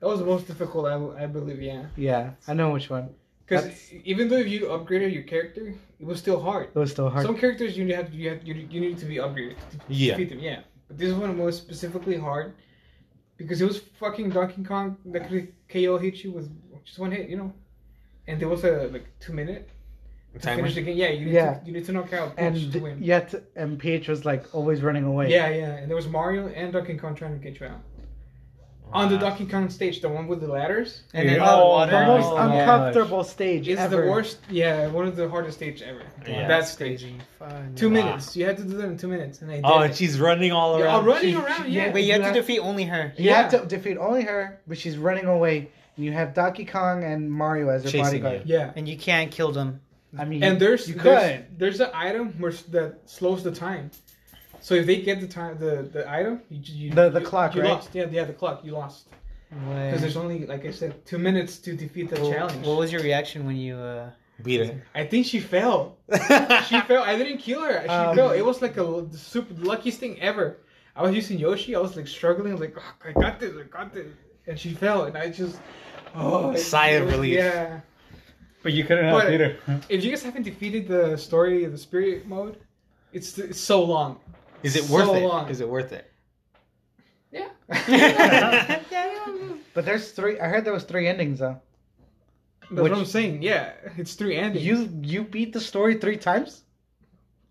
Speaker 4: was the most difficult, I, I believe. Yeah,
Speaker 2: Yeah, I know which one.
Speaker 4: because
Speaker 2: That's-
Speaker 4: e-, even though you upgraded your character, it was still hard.
Speaker 2: It was still hard.
Speaker 4: Some characters you have you have you, you need to be upgraded to
Speaker 1: Yeah.
Speaker 4: defeat them. Yeah, but this one was specifically hard because it was fucking Donkey Kong that could KO hit you with just one hit, you know. And there was a like two minute to
Speaker 1: Timer.
Speaker 4: finish the game. Yeah, you need
Speaker 2: Yeah.
Speaker 4: to you need to knock out Peach
Speaker 2: and E
Speaker 4: to
Speaker 2: th-
Speaker 4: win.
Speaker 2: yet, and Peach was like always running away.
Speaker 4: Yeah, yeah. And there was Mario and Donkey Kong trying to get you out on
Speaker 1: Uh,
Speaker 4: the Donkey Kong stage, the one with the ladders. uh,
Speaker 3: And then
Speaker 5: Yeah.
Speaker 3: the
Speaker 5: Oh,
Speaker 3: water.
Speaker 2: The most
Speaker 5: Oh, my
Speaker 2: uncomfortable stage
Speaker 4: It's
Speaker 2: ever.
Speaker 4: the worst. Yeah, one of the hardest stage ever.
Speaker 1: Yeah.
Speaker 4: That stage.
Speaker 3: Fun.
Speaker 4: Two
Speaker 1: Wow.
Speaker 4: minutes. You had to do that in two minutes, and I did.
Speaker 1: Oh,
Speaker 4: it.
Speaker 1: and she's running all
Speaker 4: Yeah,
Speaker 1: around.
Speaker 4: I'm running
Speaker 2: She-
Speaker 4: around.
Speaker 2: she-
Speaker 4: Yeah.
Speaker 3: Wait, you have
Speaker 2: You
Speaker 3: to
Speaker 2: have-
Speaker 3: defeat only her.
Speaker 2: You have
Speaker 4: Yeah.
Speaker 2: to defeat only her, but she's running away, and you have Donkey Kong and Mario as her
Speaker 1: Chasing
Speaker 2: bodyguard.
Speaker 4: yeah.
Speaker 3: And you can't kill them.
Speaker 2: I mean,
Speaker 4: And there's
Speaker 2: you
Speaker 4: there's,
Speaker 2: could.
Speaker 4: there's an item where s- that slows the time. So if they get the time the, the item, you, ju- you
Speaker 2: The- the
Speaker 4: you-
Speaker 2: clock,
Speaker 4: you
Speaker 2: right?
Speaker 4: lost. Yeah, yeah, the clock. You lost because
Speaker 3: What,
Speaker 4: there's only like I said, two minutes to defeat the challenge.
Speaker 3: what was your reaction when you? Uh,
Speaker 1: Beat it.
Speaker 4: I think she fell.
Speaker 1: <laughs>
Speaker 4: She fell. I didn't kill her. She
Speaker 2: Um,
Speaker 4: fell. It was like a l- super luckiest thing ever. I was using Yoshi. I was like struggling. like "Ah, I got this. I got this. And she fell, and I just oh
Speaker 1: Sigh of
Speaker 4: it was-
Speaker 1: relief.
Speaker 4: Yeah.
Speaker 5: But you couldn't have
Speaker 4: But-
Speaker 5: <laughs> either.
Speaker 4: If you guys haven't defeated the story, the spirit mode, it's, it's so long.
Speaker 1: Is it
Speaker 4: So
Speaker 1: worth it?
Speaker 4: long.
Speaker 1: Is it worth it?
Speaker 4: <laughs> Yeah.
Speaker 2: But there's three. I heard there was three endings though.
Speaker 4: That's
Speaker 2: Which-
Speaker 4: what I'm saying. Yeah, it's three endings.
Speaker 2: You you beat the story three times.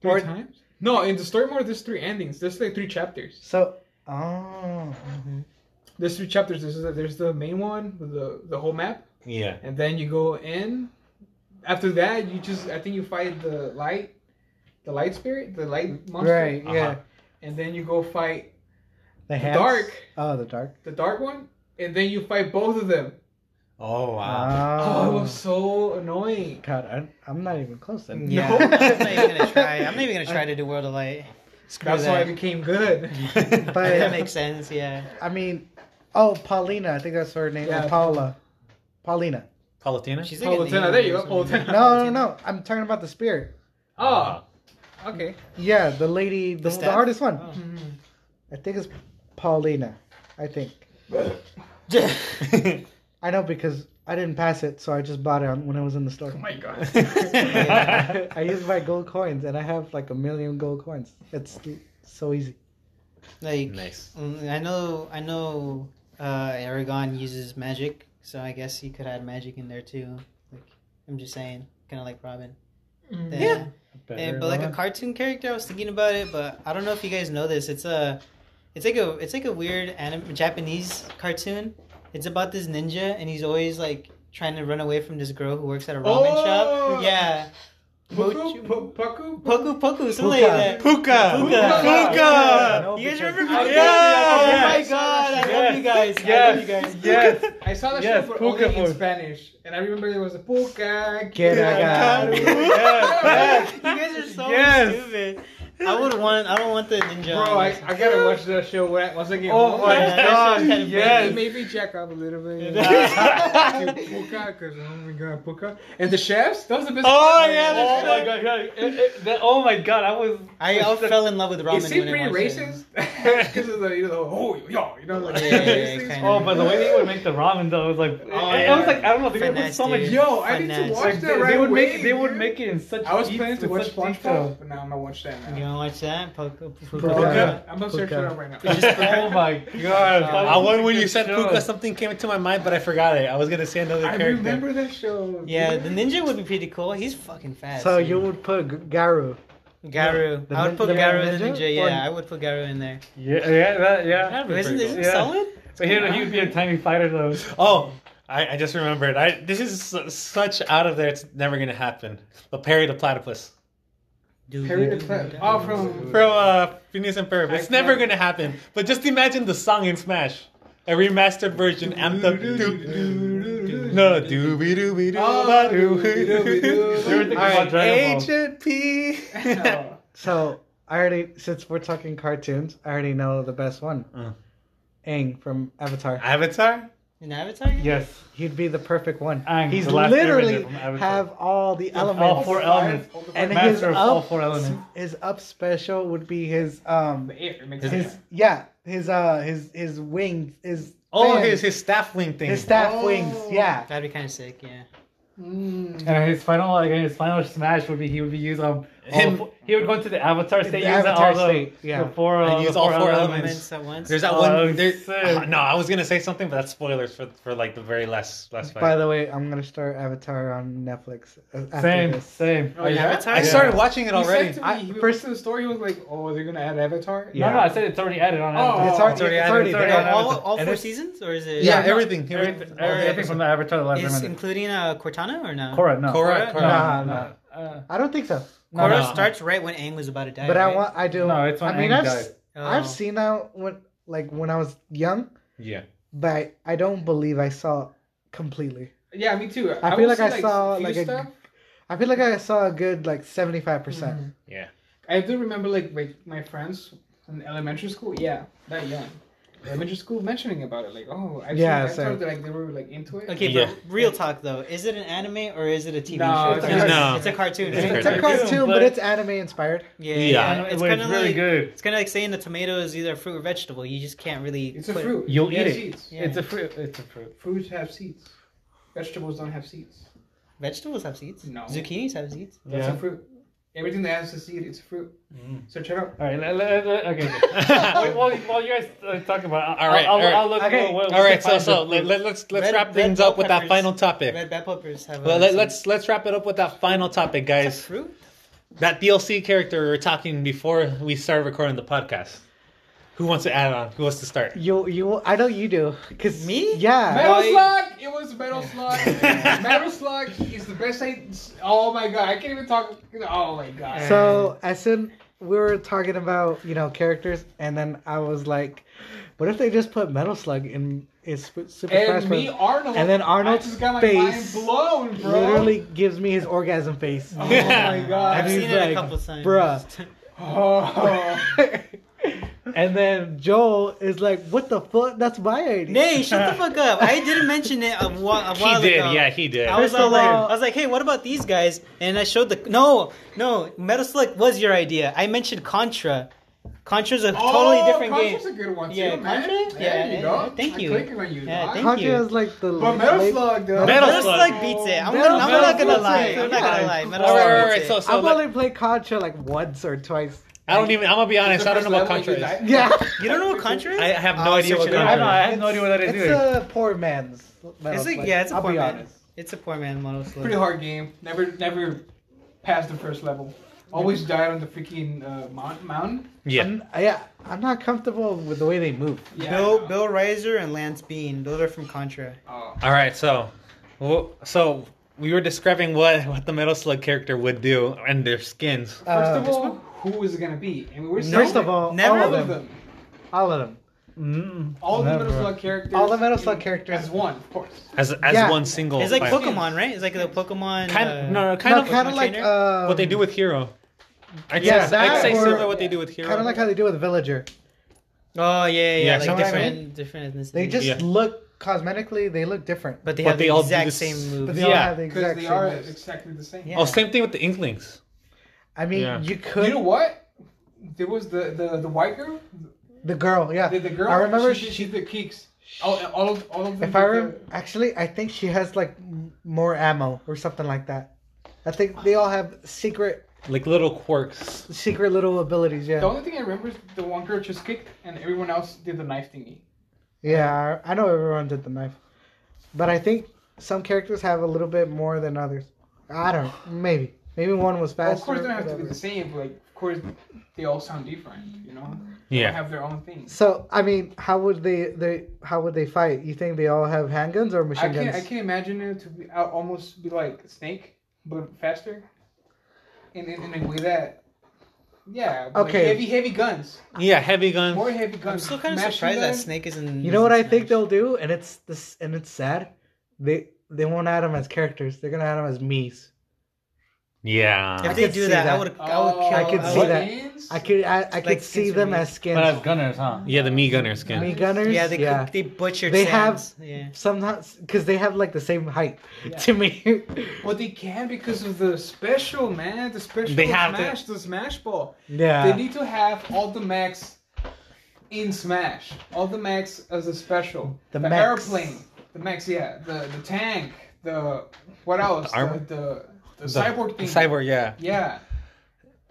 Speaker 4: three
Speaker 2: or-
Speaker 4: times? No, in the story mode, there's three endings. There's like three chapters.
Speaker 2: So, oh,
Speaker 4: There's three chapters. There's the, there's the main one with the the whole map,
Speaker 1: Yeah.
Speaker 4: and then you go in. After that, you just I think you fight the light, the light spirit, the light monster,
Speaker 2: right, yeah.
Speaker 1: Uh-huh.
Speaker 4: and then you go fight
Speaker 2: The
Speaker 4: the
Speaker 2: hands.
Speaker 4: dark,
Speaker 2: Oh, the dark.
Speaker 4: the dark one, and then you fight both of them.
Speaker 1: Oh wow.
Speaker 2: Wow.
Speaker 4: Oh, it was so annoying.
Speaker 2: God, I, I'm not even close. Then.
Speaker 3: yeah, <laughs>
Speaker 4: No.
Speaker 3: I'm not even gonna try. I'm not even gonna try to do World of Light. Screw
Speaker 4: That's why I
Speaker 3: that.
Speaker 4: became good.
Speaker 5: <laughs>
Speaker 1: <laughs>
Speaker 2: But-
Speaker 3: that makes sense. Yeah.
Speaker 2: I mean, oh, Paulina. I think that's her name.
Speaker 4: Yeah.
Speaker 2: Or Paula. Paulina.
Speaker 1: Paulatina?
Speaker 3: She's like an alien
Speaker 4: Palutena, Oh, there you
Speaker 3: or
Speaker 4: go. Oh,
Speaker 3: something.
Speaker 4: Palutena.
Speaker 2: No, no, no. I'm talking about the spirit.
Speaker 4: Oh,
Speaker 5: Uh-huh.
Speaker 4: okay.
Speaker 2: Yeah, the lady, the, the,
Speaker 3: staff?
Speaker 2: hardest one.
Speaker 3: Oh.
Speaker 4: Mhm.
Speaker 2: I think it's Paulina. I think. I know because I didn't pass it, so I just bought it on, when I was in the store.
Speaker 4: Oh my god.
Speaker 2: I used my gold coins, and I have like a million gold coins. It's so easy.
Speaker 3: Like
Speaker 1: <laughs> Nice.
Speaker 3: mm, I know I know uh Aragon uses magic, so I guess he could add magic in there too. Like I'm just saying, kind of like Robin.
Speaker 4: Mm.
Speaker 3: Then-
Speaker 1: Yeah.
Speaker 3: and- but like a cartoon character, I was thinking about it, but I don't know if you guys know this. It's a, it's like a, it's like a weird anime, Japanese cartoon. It's about this ninja, and he's always like trying to run away from this girl who works at a ramen
Speaker 4: Oh!
Speaker 3: shop. Yeah,
Speaker 4: Puku, Pu- Puku,
Speaker 3: Poku Poku, something like that.
Speaker 1: Puka.
Speaker 3: Puka.
Speaker 1: Puka.
Speaker 3: You guys remember?
Speaker 4: I
Speaker 3: Puka?
Speaker 1: love
Speaker 3: Oh my
Speaker 4: that.
Speaker 3: god, I love
Speaker 5: Yes.
Speaker 3: you guys. I love you guys.
Speaker 5: Yes, yes.
Speaker 4: I saw the
Speaker 5: Yes,
Speaker 4: show, but
Speaker 5: Puka
Speaker 4: only in
Speaker 5: Puka.
Speaker 4: Spanish, and I remember there was a Puka.
Speaker 2: Get
Speaker 4: Kira,
Speaker 2: out.
Speaker 4: Karu.
Speaker 5: Yes,
Speaker 3: You guys are so
Speaker 5: Yes.
Speaker 3: stupid. I would want. I don't want the ninja.
Speaker 4: Bro, I, I gotta watch that show when I- once I get
Speaker 5: Oh
Speaker 4: home.
Speaker 5: my
Speaker 3: Yeah, that
Speaker 5: god,
Speaker 3: show's kinda
Speaker 4: Maybe,
Speaker 5: yes.
Speaker 4: maybe jack up a little bit. Yeah.
Speaker 3: <laughs>
Speaker 4: Dude, Puka, because oh my god, Puka. And the chefs? That was the best
Speaker 1: Oh,
Speaker 4: <laughs> part.
Speaker 1: yeah, the
Speaker 5: Oh my god, yeah. It- it- that- oh my god, I was.
Speaker 3: I
Speaker 2: <laughs>
Speaker 3: all fell in love with ramen.
Speaker 4: It seemed
Speaker 3: when I
Speaker 4: pretty
Speaker 3: watched it.
Speaker 4: racist. <laughs> Because of the, you know, oh, yo, you know, like, <laughs>
Speaker 3: Yeah, yeah, yeah,
Speaker 4: racist.
Speaker 3: kinda.
Speaker 5: Oh, but the way they would make the ramen though, it was like,
Speaker 4: Oh,
Speaker 5: it, it
Speaker 4: yeah.
Speaker 5: was like I don't know, they would put
Speaker 3: Finesse,
Speaker 5: so much.
Speaker 3: dude.
Speaker 4: Yo, I need
Speaker 3: Finesse.
Speaker 4: to watch that
Speaker 5: Like, they,
Speaker 4: right
Speaker 5: they would
Speaker 4: away,
Speaker 5: make it, they would
Speaker 4: dude.
Speaker 5: make it in such.
Speaker 4: I was
Speaker 5: deep-
Speaker 4: planning to watch
Speaker 5: with such detail.
Speaker 4: SpongeBob, but now I'm gonna watch that now.
Speaker 3: Yo, want to watch that? Puck- Puka-
Speaker 2: Puka.
Speaker 4: Puka. I'm gonna search it
Speaker 2: Puka.
Speaker 4: up right now.
Speaker 3: It's
Speaker 5: <laughs>
Speaker 3: just-
Speaker 4: <laughs>
Speaker 5: oh my god!
Speaker 1: I won when you said
Speaker 5: Good
Speaker 1: Puka.
Speaker 5: show.
Speaker 1: Something came into my mind, but I forgot it. I was gonna say another
Speaker 4: I
Speaker 1: character.
Speaker 4: remember that show.
Speaker 3: Yeah, the ninja would be pretty cool. He's fucking fast.
Speaker 2: So
Speaker 3: dude.
Speaker 2: you would put G- Garu.
Speaker 3: Garu.
Speaker 2: The
Speaker 3: I
Speaker 2: nin-
Speaker 3: would put
Speaker 2: the
Speaker 3: Garu in
Speaker 2: ninja
Speaker 3: the ninja. Yeah,
Speaker 2: or-
Speaker 3: I would put Garu in there.
Speaker 5: Yeah, yeah, that, yeah.
Speaker 1: That'd be
Speaker 3: Isn't,
Speaker 1: pretty cool.
Speaker 3: isn't it
Speaker 5: Yeah.
Speaker 3: solid?
Speaker 5: But here, he'd be a tiny fighter though.
Speaker 1: Oh, I, I just remembered. I this is su- such out of there. It's never gonna happen. But Perry the Platypus
Speaker 3: Dude,
Speaker 4: Perry the Platypus. Oh, from
Speaker 1: from uh, Phineas and Ferb. It's
Speaker 4: I
Speaker 1: never
Speaker 4: can't-
Speaker 1: gonna happen. But just imagine the song in Smash, a remastered version. Anthem. Doo- No, doobie doobie doo
Speaker 4: Oh,
Speaker 1: ba
Speaker 4: <laughs>
Speaker 1: doo.
Speaker 4: dooby-dooby-doo.
Speaker 5: You were thinking about Dragon Ball.
Speaker 1: Agent P.
Speaker 4: Oh.
Speaker 2: So I already, since we're talking cartoons, I already know the best one.
Speaker 1: Mm.
Speaker 2: Aang from Avatar.
Speaker 1: <laughs> Avatar.
Speaker 3: In Avatar?
Speaker 5: Yes.
Speaker 2: He'd be the perfect one.
Speaker 5: Aang,
Speaker 2: He's
Speaker 5: the last
Speaker 2: literally
Speaker 5: Airbender from Avatar.
Speaker 2: have all the
Speaker 5: All
Speaker 2: elements.
Speaker 5: four
Speaker 4: Five,
Speaker 5: elements.
Speaker 4: all the
Speaker 2: and
Speaker 4: five-
Speaker 2: his
Speaker 5: Master
Speaker 2: up,
Speaker 5: of all four elements.
Speaker 2: his up special would be his um
Speaker 4: The air, it makes
Speaker 2: his
Speaker 4: sense.
Speaker 2: yeah his uh his his wings his
Speaker 1: Oh,
Speaker 2: fan,
Speaker 1: his his staff wing thing.
Speaker 2: his staff
Speaker 4: Oh.
Speaker 2: wings yeah
Speaker 3: That'd be kind of sick, yeah.
Speaker 4: Mm.
Speaker 5: And his final, like his final smash would be he would be using um, all
Speaker 1: Him-
Speaker 5: four- he would go into the Avatar state, using
Speaker 2: Avatar
Speaker 5: all the,
Speaker 2: state, yeah.
Speaker 5: the four, uh,
Speaker 1: And use
Speaker 5: the
Speaker 1: all
Speaker 5: four
Speaker 1: four elements.
Speaker 3: Elements
Speaker 5: elements.
Speaker 3: at once.
Speaker 1: There's that
Speaker 5: Oh,
Speaker 1: one.
Speaker 5: that was
Speaker 1: there-
Speaker 5: sick.
Speaker 1: ah, no, I was gonna say something, but that's spoilers for for like the very last last fight.
Speaker 2: by the way I'm gonna start Avatar on Netflix uh, after
Speaker 5: Same,
Speaker 2: this.
Speaker 5: same.
Speaker 4: Oh, yeah?
Speaker 3: Avatar?
Speaker 1: I
Speaker 5: Yeah.
Speaker 1: started watching it
Speaker 4: He
Speaker 1: already.
Speaker 4: said to
Speaker 2: I-
Speaker 4: me, he first the story was like, "Oh, they're gonna add Avatar."
Speaker 2: Yeah.
Speaker 5: No, no, I said it's already added on.
Speaker 4: Oh,
Speaker 5: Avatar.
Speaker 2: it's already,
Speaker 4: it's
Speaker 2: it's already,
Speaker 4: already
Speaker 5: added,
Speaker 2: there.
Speaker 5: it's already
Speaker 3: No,
Speaker 5: on
Speaker 3: all,
Speaker 5: Avatar.
Speaker 3: all
Speaker 5: And
Speaker 3: four
Speaker 5: it's-
Speaker 3: seasons? Or is it.
Speaker 1: yeah,
Speaker 2: Yeah, no,
Speaker 1: everything.
Speaker 5: Everything,
Speaker 1: everything.
Speaker 5: everything from the Avatar the last
Speaker 3: Is
Speaker 5: Airbender.
Speaker 3: including uh, Cortana or no?
Speaker 5: Korra, no.
Speaker 1: Korra, Korra.
Speaker 2: Nah,
Speaker 5: no,
Speaker 2: nah.
Speaker 5: Uh,
Speaker 2: I don't think so
Speaker 5: No,
Speaker 3: Korra
Speaker 5: no.
Speaker 3: starts right when Aang was about to die.
Speaker 2: but I
Speaker 3: right?
Speaker 2: want I do
Speaker 5: No, it's when
Speaker 2: I mean
Speaker 5: Aang
Speaker 2: I've
Speaker 5: died.
Speaker 2: s-
Speaker 3: Oh.
Speaker 2: I've seen that when like when I was young
Speaker 1: Yeah.
Speaker 2: but I don't believe I saw it completely
Speaker 4: Yeah, me too.
Speaker 2: I feel
Speaker 4: will
Speaker 2: like
Speaker 4: see,
Speaker 2: I saw,
Speaker 4: few
Speaker 2: like, a-
Speaker 4: stuff.
Speaker 2: I feel like I saw a good like 75 percent
Speaker 1: Yeah.
Speaker 4: I do remember like my, my friends in elementary school. Yeah, that young. Elementary school mentioning about it, like, oh, I
Speaker 2: Yeah,
Speaker 4: yeah, I
Speaker 2: same.
Speaker 4: thought that like they were like into it.
Speaker 3: Okay,
Speaker 1: Yeah.
Speaker 3: but real talk though, is it an anime or is it a TV
Speaker 4: No,
Speaker 3: show?
Speaker 4: it's
Speaker 3: a
Speaker 4: a
Speaker 3: cartoon.
Speaker 1: cartoon.
Speaker 3: It's a cartoon.
Speaker 1: It's a
Speaker 2: it's a
Speaker 1: cartoon,
Speaker 2: cartoon but
Speaker 5: but-
Speaker 2: it's anime inspired
Speaker 3: Yeah,
Speaker 1: Yeah.
Speaker 3: yeah.
Speaker 5: and
Speaker 3: it's
Speaker 5: it was
Speaker 3: kind of
Speaker 5: really
Speaker 3: like <laughs>
Speaker 5: good.
Speaker 3: it's kind of like saying the tomato is either a fruit or vegetable. You just can't really.
Speaker 4: It's a
Speaker 3: put-
Speaker 4: fruit.
Speaker 5: You'll
Speaker 4: It
Speaker 5: eat
Speaker 4: has
Speaker 5: it.
Speaker 4: Seeds.
Speaker 3: Yeah.
Speaker 5: It's a fruit. It's a fruit.
Speaker 4: Fruits have seeds. Vegetables don't have seeds.
Speaker 3: Vegetables have seeds.
Speaker 4: No.
Speaker 3: Zucchinis have seeds.
Speaker 4: That's
Speaker 5: Yeah.
Speaker 4: a fruit. Everything that has a seed, it's a fruit.
Speaker 2: Mm.
Speaker 4: So check out.
Speaker 5: All right. Let, let, let,
Speaker 1: <laughs>
Speaker 5: okay. Wait, while, while you guys uh, talk about, it,
Speaker 1: All
Speaker 5: I'll,
Speaker 1: right,
Speaker 5: I'll,
Speaker 1: all right.
Speaker 5: I'll look.
Speaker 2: Okay.
Speaker 5: we'll- we'll-
Speaker 1: All
Speaker 5: we'll
Speaker 1: right. So
Speaker 5: find
Speaker 1: so
Speaker 5: the-
Speaker 1: let, let, let's let's
Speaker 3: Red-
Speaker 1: wrap
Speaker 3: red
Speaker 1: things
Speaker 3: bell
Speaker 1: up with that
Speaker 3: peppers.
Speaker 1: final topic.
Speaker 3: Red bell peppers have.
Speaker 1: Well,
Speaker 3: uh,
Speaker 1: let,
Speaker 3: seeds.
Speaker 1: let's let's wrap it up with that final topic,
Speaker 3: It's a
Speaker 1: guys.
Speaker 3: fruit.
Speaker 1: That DLC character we were talking before we started recording the podcast. Who wants to add on? Who wants to start?
Speaker 2: You you I know you do cuz
Speaker 3: Me?
Speaker 5: Ah,
Speaker 2: Yeah.
Speaker 3: No.
Speaker 4: Metal
Speaker 3: Why-
Speaker 4: Slug! It was Metal
Speaker 2: <laughs>
Speaker 4: Slug. Metal Slug is the best I. Oh my god, I can't even talk. Oh my god.
Speaker 2: So as soon we were talking about you know characters, and then I was like, what if they just put Metal Slug in is Super Smash Bros.
Speaker 4: and me, Arnold.
Speaker 2: And then Arnold's
Speaker 4: I just got my
Speaker 2: face
Speaker 4: mind blown, bro.
Speaker 2: Literally gives me his orgasm face.
Speaker 4: <laughs> Oh
Speaker 1: Yeah.
Speaker 4: my god.
Speaker 3: I've
Speaker 2: he's
Speaker 3: seen it a
Speaker 2: like,
Speaker 3: couple times.
Speaker 2: bruh.
Speaker 4: Oh.
Speaker 2: <laughs> and then Joel is like, what the fuck? That's my
Speaker 3: <laughs>
Speaker 2: idea.
Speaker 3: Nay, shut the fuck up. I didn't
Speaker 2: <laughs>
Speaker 3: mention it a while,
Speaker 1: <laughs>
Speaker 3: a
Speaker 1: He
Speaker 3: while
Speaker 1: did.
Speaker 3: ago.
Speaker 1: Yeah, he did.
Speaker 3: I was
Speaker 2: First
Speaker 3: like,
Speaker 2: of all-
Speaker 3: I was like, hey, what about these guys? And I showed the no, no. Metal Slug was your idea. I mentioned Contra. Contra's a
Speaker 4: Oh,
Speaker 3: totally different
Speaker 4: Contra's
Speaker 3: game.
Speaker 4: a good one too,
Speaker 3: Yeah,
Speaker 4: man.
Speaker 3: Contra?
Speaker 4: There
Speaker 3: Yeah,
Speaker 4: you
Speaker 3: yeah,
Speaker 4: go.
Speaker 3: thank
Speaker 4: I'm
Speaker 3: you.
Speaker 4: clicking on you,
Speaker 3: Yeah,
Speaker 4: dog.
Speaker 3: thank
Speaker 2: Contra
Speaker 3: you.
Speaker 2: is like the.
Speaker 4: But Metal
Speaker 2: like-
Speaker 4: Slug, though.
Speaker 1: Metal
Speaker 3: Metal
Speaker 1: Slug.
Speaker 3: Slug beats it. I'm,
Speaker 2: Metal
Speaker 3: gonna, I'm not
Speaker 2: Slug
Speaker 3: gonna
Speaker 2: beats
Speaker 3: lie.
Speaker 2: it.
Speaker 3: I'm not gonna lie. Metal
Speaker 1: all right, all
Speaker 3: Slug
Speaker 1: right, all
Speaker 3: beats
Speaker 1: right.
Speaker 3: it.
Speaker 1: So, so
Speaker 2: I've
Speaker 1: let-
Speaker 2: only played Contra like once or
Speaker 4: <laughs>
Speaker 2: twice.
Speaker 1: I don't even. I'm gonna be honest. I don't know about
Speaker 4: It's
Speaker 1: Contra.
Speaker 4: the first level
Speaker 1: Is.
Speaker 4: you die.
Speaker 2: Yeah. <laughs>
Speaker 3: you don't know what Contra is?
Speaker 1: I have no
Speaker 3: I'll
Speaker 1: idea
Speaker 3: search
Speaker 1: what
Speaker 3: it
Speaker 5: I,
Speaker 3: up.
Speaker 5: don't know,
Speaker 1: Contra.
Speaker 5: I have no idea what that is
Speaker 2: It's
Speaker 5: either.
Speaker 2: a poor man's Metal
Speaker 3: It's
Speaker 2: Slug.
Speaker 3: like yeah, it's a
Speaker 2: I'll
Speaker 3: poor
Speaker 2: be
Speaker 3: man.
Speaker 2: honest.
Speaker 3: It's a poor man Metal Slug.
Speaker 4: Pretty hard game. Never, never passed the first level. Always died on the freaking uh, mount, mountain.
Speaker 1: Yeah.
Speaker 2: I'm, uh, yeah, I'm not comfortable with the way they move.
Speaker 4: Yeah.
Speaker 3: Bill Bill Reiser and Lance Bean. Those are from Contra.
Speaker 4: Oh.
Speaker 1: All right, so, well, so we were describing what what the Metal Slug character would do and their skins.
Speaker 4: First
Speaker 2: Uh,
Speaker 4: of all, who is it gonna be? And we were saying
Speaker 2: First
Speaker 4: that
Speaker 2: of all,
Speaker 3: Never
Speaker 2: all
Speaker 4: all
Speaker 2: of
Speaker 4: of
Speaker 2: them,
Speaker 4: them,
Speaker 2: all of them.
Speaker 5: Mm.
Speaker 4: all the Metal
Speaker 5: Never.
Speaker 4: Slug characters,
Speaker 2: All the Metal
Speaker 4: in-
Speaker 2: Slug characters.
Speaker 4: as one, of course.
Speaker 1: As as
Speaker 2: Yeah.
Speaker 1: one single.
Speaker 3: It's like
Speaker 1: fight.
Speaker 3: Pokemon, right? It's like the Pokemon.
Speaker 1: Oh, Kind
Speaker 3: uh,
Speaker 1: of, no, no, kind
Speaker 2: no,
Speaker 1: of
Speaker 2: kind of like
Speaker 3: trainer?
Speaker 2: um,
Speaker 1: what they do with Hero. I'd
Speaker 2: yeah,
Speaker 1: say, I'd
Speaker 2: that
Speaker 1: say
Speaker 2: or-
Speaker 1: similar what they do with Hero.
Speaker 2: Kind of like how they do with Villager.
Speaker 3: Oh yeah, yeah,
Speaker 1: Yeah,
Speaker 3: like
Speaker 1: something
Speaker 2: like
Speaker 3: different, different ethnicities.
Speaker 2: They just
Speaker 1: Yeah.
Speaker 2: look cosmetically. They look different,
Speaker 3: but they
Speaker 1: but
Speaker 3: have
Speaker 1: they
Speaker 3: the
Speaker 1: all do
Speaker 3: exact
Speaker 1: this-
Speaker 3: same
Speaker 2: but
Speaker 3: moves.
Speaker 2: they all
Speaker 1: Yeah.
Speaker 2: have the
Speaker 4: Because
Speaker 2: exact
Speaker 4: they
Speaker 2: same.
Speaker 4: are
Speaker 2: moves.
Speaker 4: exactly the same.
Speaker 3: Yeah.
Speaker 1: oh, same thing with the Inklings.
Speaker 2: I mean,
Speaker 1: Yeah.
Speaker 2: you could
Speaker 4: You know what? There was the the, the white girl,
Speaker 2: the girl. Yeah,
Speaker 4: the, the girl.
Speaker 2: I remember
Speaker 4: she,
Speaker 2: she.
Speaker 4: she, she's the kicks. All, all of all of them.
Speaker 2: if I
Speaker 4: did
Speaker 2: rem- actually, I think she has like m- more ammo or something like that. I think they all have secret
Speaker 1: like little quirks.
Speaker 2: Secret little abilities,
Speaker 4: The
Speaker 2: yeah.
Speaker 4: only thing I remember is the one girl just kicked, and everyone else did the knife thingy.
Speaker 2: Yeah, I I know everyone did the knife. But I think some characters have a little bit more than others. I don't maybe. Maybe one was
Speaker 4: Well,
Speaker 2: faster.
Speaker 4: of course, they don't have to be
Speaker 2: whatever.
Speaker 4: the same. But like, of course, they all sound different. You know, they
Speaker 1: Yeah.
Speaker 4: have their own things.
Speaker 2: So I mean, how would they they how would they fight? You think they all have handguns or
Speaker 4: I
Speaker 2: machine
Speaker 4: can
Speaker 2: guns?
Speaker 4: I can imagine it to be I'll almost be like Snake, but faster, and in, in a way that, yeah, but
Speaker 2: Okay.
Speaker 4: heavy heavy guns,
Speaker 1: Yeah, heavy guns.
Speaker 4: more heavy guns.
Speaker 3: I'm still kind of
Speaker 4: machine
Speaker 3: surprised that
Speaker 4: guns.
Speaker 3: Snake isn't.
Speaker 2: You know what I
Speaker 3: isn't
Speaker 2: think
Speaker 3: Smash.
Speaker 2: they'll do, and it's this, and it's sad. They they won't add them as characters. They're gonna add them as me's.
Speaker 1: Yeah.
Speaker 2: I
Speaker 3: If they
Speaker 2: could
Speaker 3: do
Speaker 2: see
Speaker 3: that, I
Speaker 2: that.
Speaker 3: would. I would
Speaker 4: Oh,
Speaker 3: kill.
Speaker 2: I could
Speaker 3: would-
Speaker 2: see that.
Speaker 4: skins?
Speaker 2: I could I, I could
Speaker 3: Like
Speaker 2: see
Speaker 3: skins or
Speaker 2: them
Speaker 3: me's.
Speaker 2: as skins.
Speaker 5: But as gunners, huh?
Speaker 1: Yeah, the me gunner skin.
Speaker 2: me gunners.
Speaker 3: Yeah, they
Speaker 2: yeah.
Speaker 3: Could, they butchered.
Speaker 2: They
Speaker 3: Sans. Yeah.
Speaker 2: Sometimes because they have like the same height
Speaker 4: Yeah.
Speaker 2: to me. <laughs>
Speaker 4: Well, they can because of the special man, the special
Speaker 1: They have to-
Speaker 4: smash, the smash ball. They
Speaker 2: yeah.
Speaker 4: need to have all the mechs in Smash. All the mechs as a special.
Speaker 2: The
Speaker 4: The,
Speaker 2: mechs.
Speaker 4: airplane. The mechs, yeah. The the tank. The what else? The
Speaker 1: armor?
Speaker 4: the, the, cyborg thing.
Speaker 1: Cyborg, yeah.
Speaker 4: Yeah.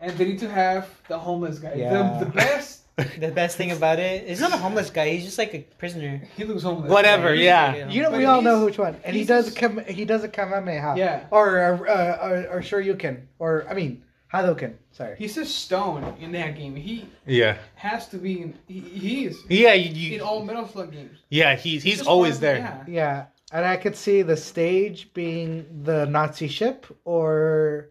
Speaker 4: And they need to have the homeless guy.
Speaker 2: Yeah.
Speaker 4: The, the best.
Speaker 3: The best thing about it is not a homeless guy. He's just like a prisoner.
Speaker 4: He looks homeless.
Speaker 1: Whatever,
Speaker 4: Like,
Speaker 1: yeah.
Speaker 2: You know,
Speaker 4: But
Speaker 2: we all know
Speaker 4: he's-
Speaker 2: which one, and he
Speaker 4: he's
Speaker 2: does
Speaker 4: just-
Speaker 2: come. He does a kamehameha.
Speaker 4: Yeah.
Speaker 2: Or uh, uh, or or Shoryuken, or I mean Hadouken. Sorry.
Speaker 4: He's just stone in that game. He
Speaker 1: Yeah.
Speaker 4: has to be. In, he, he is
Speaker 1: Yeah, you,
Speaker 4: in
Speaker 1: you,
Speaker 4: all Metal Slug games.
Speaker 1: yeah, he's he's
Speaker 4: Just
Speaker 1: always
Speaker 4: one-
Speaker 1: there.
Speaker 4: Yeah.
Speaker 2: Yeah, and I could see the stage being the Nazi ship or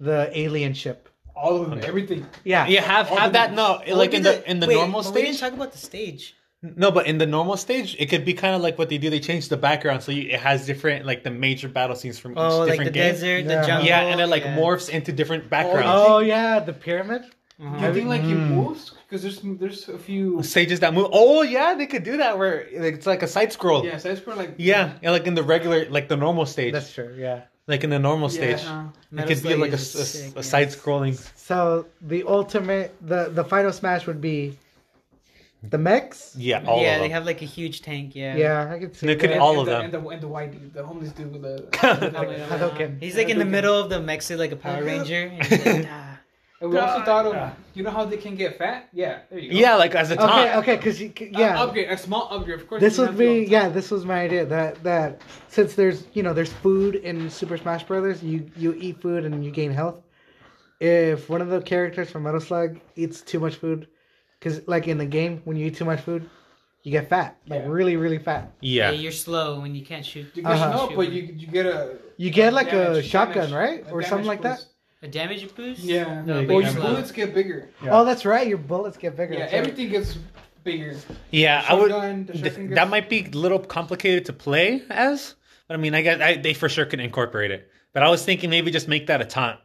Speaker 2: the alien ship.
Speaker 4: All of them. Everything.
Speaker 2: Yeah.
Speaker 1: Yeah, have
Speaker 4: All
Speaker 1: have
Speaker 4: the
Speaker 1: that no,
Speaker 3: What
Speaker 1: like in
Speaker 3: would
Speaker 1: the
Speaker 3: be
Speaker 1: in the
Speaker 3: wait,
Speaker 1: normal
Speaker 3: but We didn't
Speaker 1: stage.
Speaker 3: talk about the stage.
Speaker 1: No, but in the normal stage, it could be kind of like what they do. They change the background so you, it has different like the major battle scenes from each
Speaker 3: Oh, like
Speaker 1: different
Speaker 3: the
Speaker 1: game.
Speaker 3: desert,
Speaker 2: Yeah.
Speaker 3: the jungle.
Speaker 1: Yeah, and it like morphs into different backgrounds.
Speaker 2: Oh yeah, the pyramid.
Speaker 4: Do you think like he moves? Because there's there's a few.
Speaker 1: Stages that move. Oh yeah, they could do that where it's like a side scroll.
Speaker 4: Yeah, so it's for like
Speaker 1: Yeah, and like in the regular, like the normal stage,
Speaker 2: That's true. Yeah.
Speaker 1: like in the normal
Speaker 4: Yeah,
Speaker 1: stage,
Speaker 4: uh,
Speaker 1: it
Speaker 3: Metal
Speaker 1: could be
Speaker 3: Slug
Speaker 1: like a,
Speaker 3: is sick, yeah.
Speaker 1: side scrolling.
Speaker 2: So the ultimate, the the final smash would be the mechs.
Speaker 1: Yeah, all
Speaker 3: yeah,
Speaker 1: of
Speaker 3: they
Speaker 1: them.
Speaker 3: have like a huge tank. Yeah.
Speaker 2: Yeah, I could see.
Speaker 1: They could
Speaker 2: that.
Speaker 1: all
Speaker 4: and
Speaker 1: of
Speaker 4: the,
Speaker 1: them.
Speaker 4: And the, and the white dude, the homeless dude with the.
Speaker 2: Hadouken.
Speaker 3: He's like in the middle of the mech suit, like a Power Ranger. And
Speaker 1: <laughs>
Speaker 3: he's like, ah.
Speaker 4: And we also thought of, you know how they can get fat? Yeah, there you go.
Speaker 1: yeah, like as a top.
Speaker 2: Okay, okay, because
Speaker 4: Uh,
Speaker 2: yeah,
Speaker 4: upgrade, a small upgrade, of course.
Speaker 2: this
Speaker 4: it
Speaker 2: would
Speaker 4: doesn't have to
Speaker 2: be
Speaker 4: go on
Speaker 2: yeah, this was my idea that that since there's you know there's food in Super Smash Brothers, you you eat food and you gain health. If one of the characters from Metal Slug eats too much food, because like in the game when you eat too much food, you get fat, like
Speaker 4: Yeah.
Speaker 2: really really fat.
Speaker 3: Yeah,
Speaker 1: Yeah,
Speaker 3: you're slow when you can't shoot.
Speaker 4: top. You
Speaker 2: Uh-huh.
Speaker 4: can no, but you you get a.
Speaker 2: You get like a
Speaker 4: damage-
Speaker 2: shotgun,
Speaker 4: damage-
Speaker 2: right,
Speaker 4: a
Speaker 2: or
Speaker 4: damage
Speaker 2: something like that.
Speaker 4: boost.
Speaker 3: A damage boost.
Speaker 4: Yeah.
Speaker 5: No,
Speaker 4: or your
Speaker 5: damage
Speaker 4: bullets get bigger.
Speaker 5: Yeah.
Speaker 2: Oh, that's right. Your bullets get bigger.
Speaker 4: Yeah,
Speaker 2: that's right.
Speaker 4: everything gets bigger.
Speaker 1: yeah. I would.
Speaker 4: Shotgun, the
Speaker 1: th-
Speaker 4: shotgun
Speaker 1: that
Speaker 4: gets-
Speaker 1: might be a little complicated to play as, but I mean, I guess I, they for sure can incorporate it. But I was thinking maybe just make that a taunt.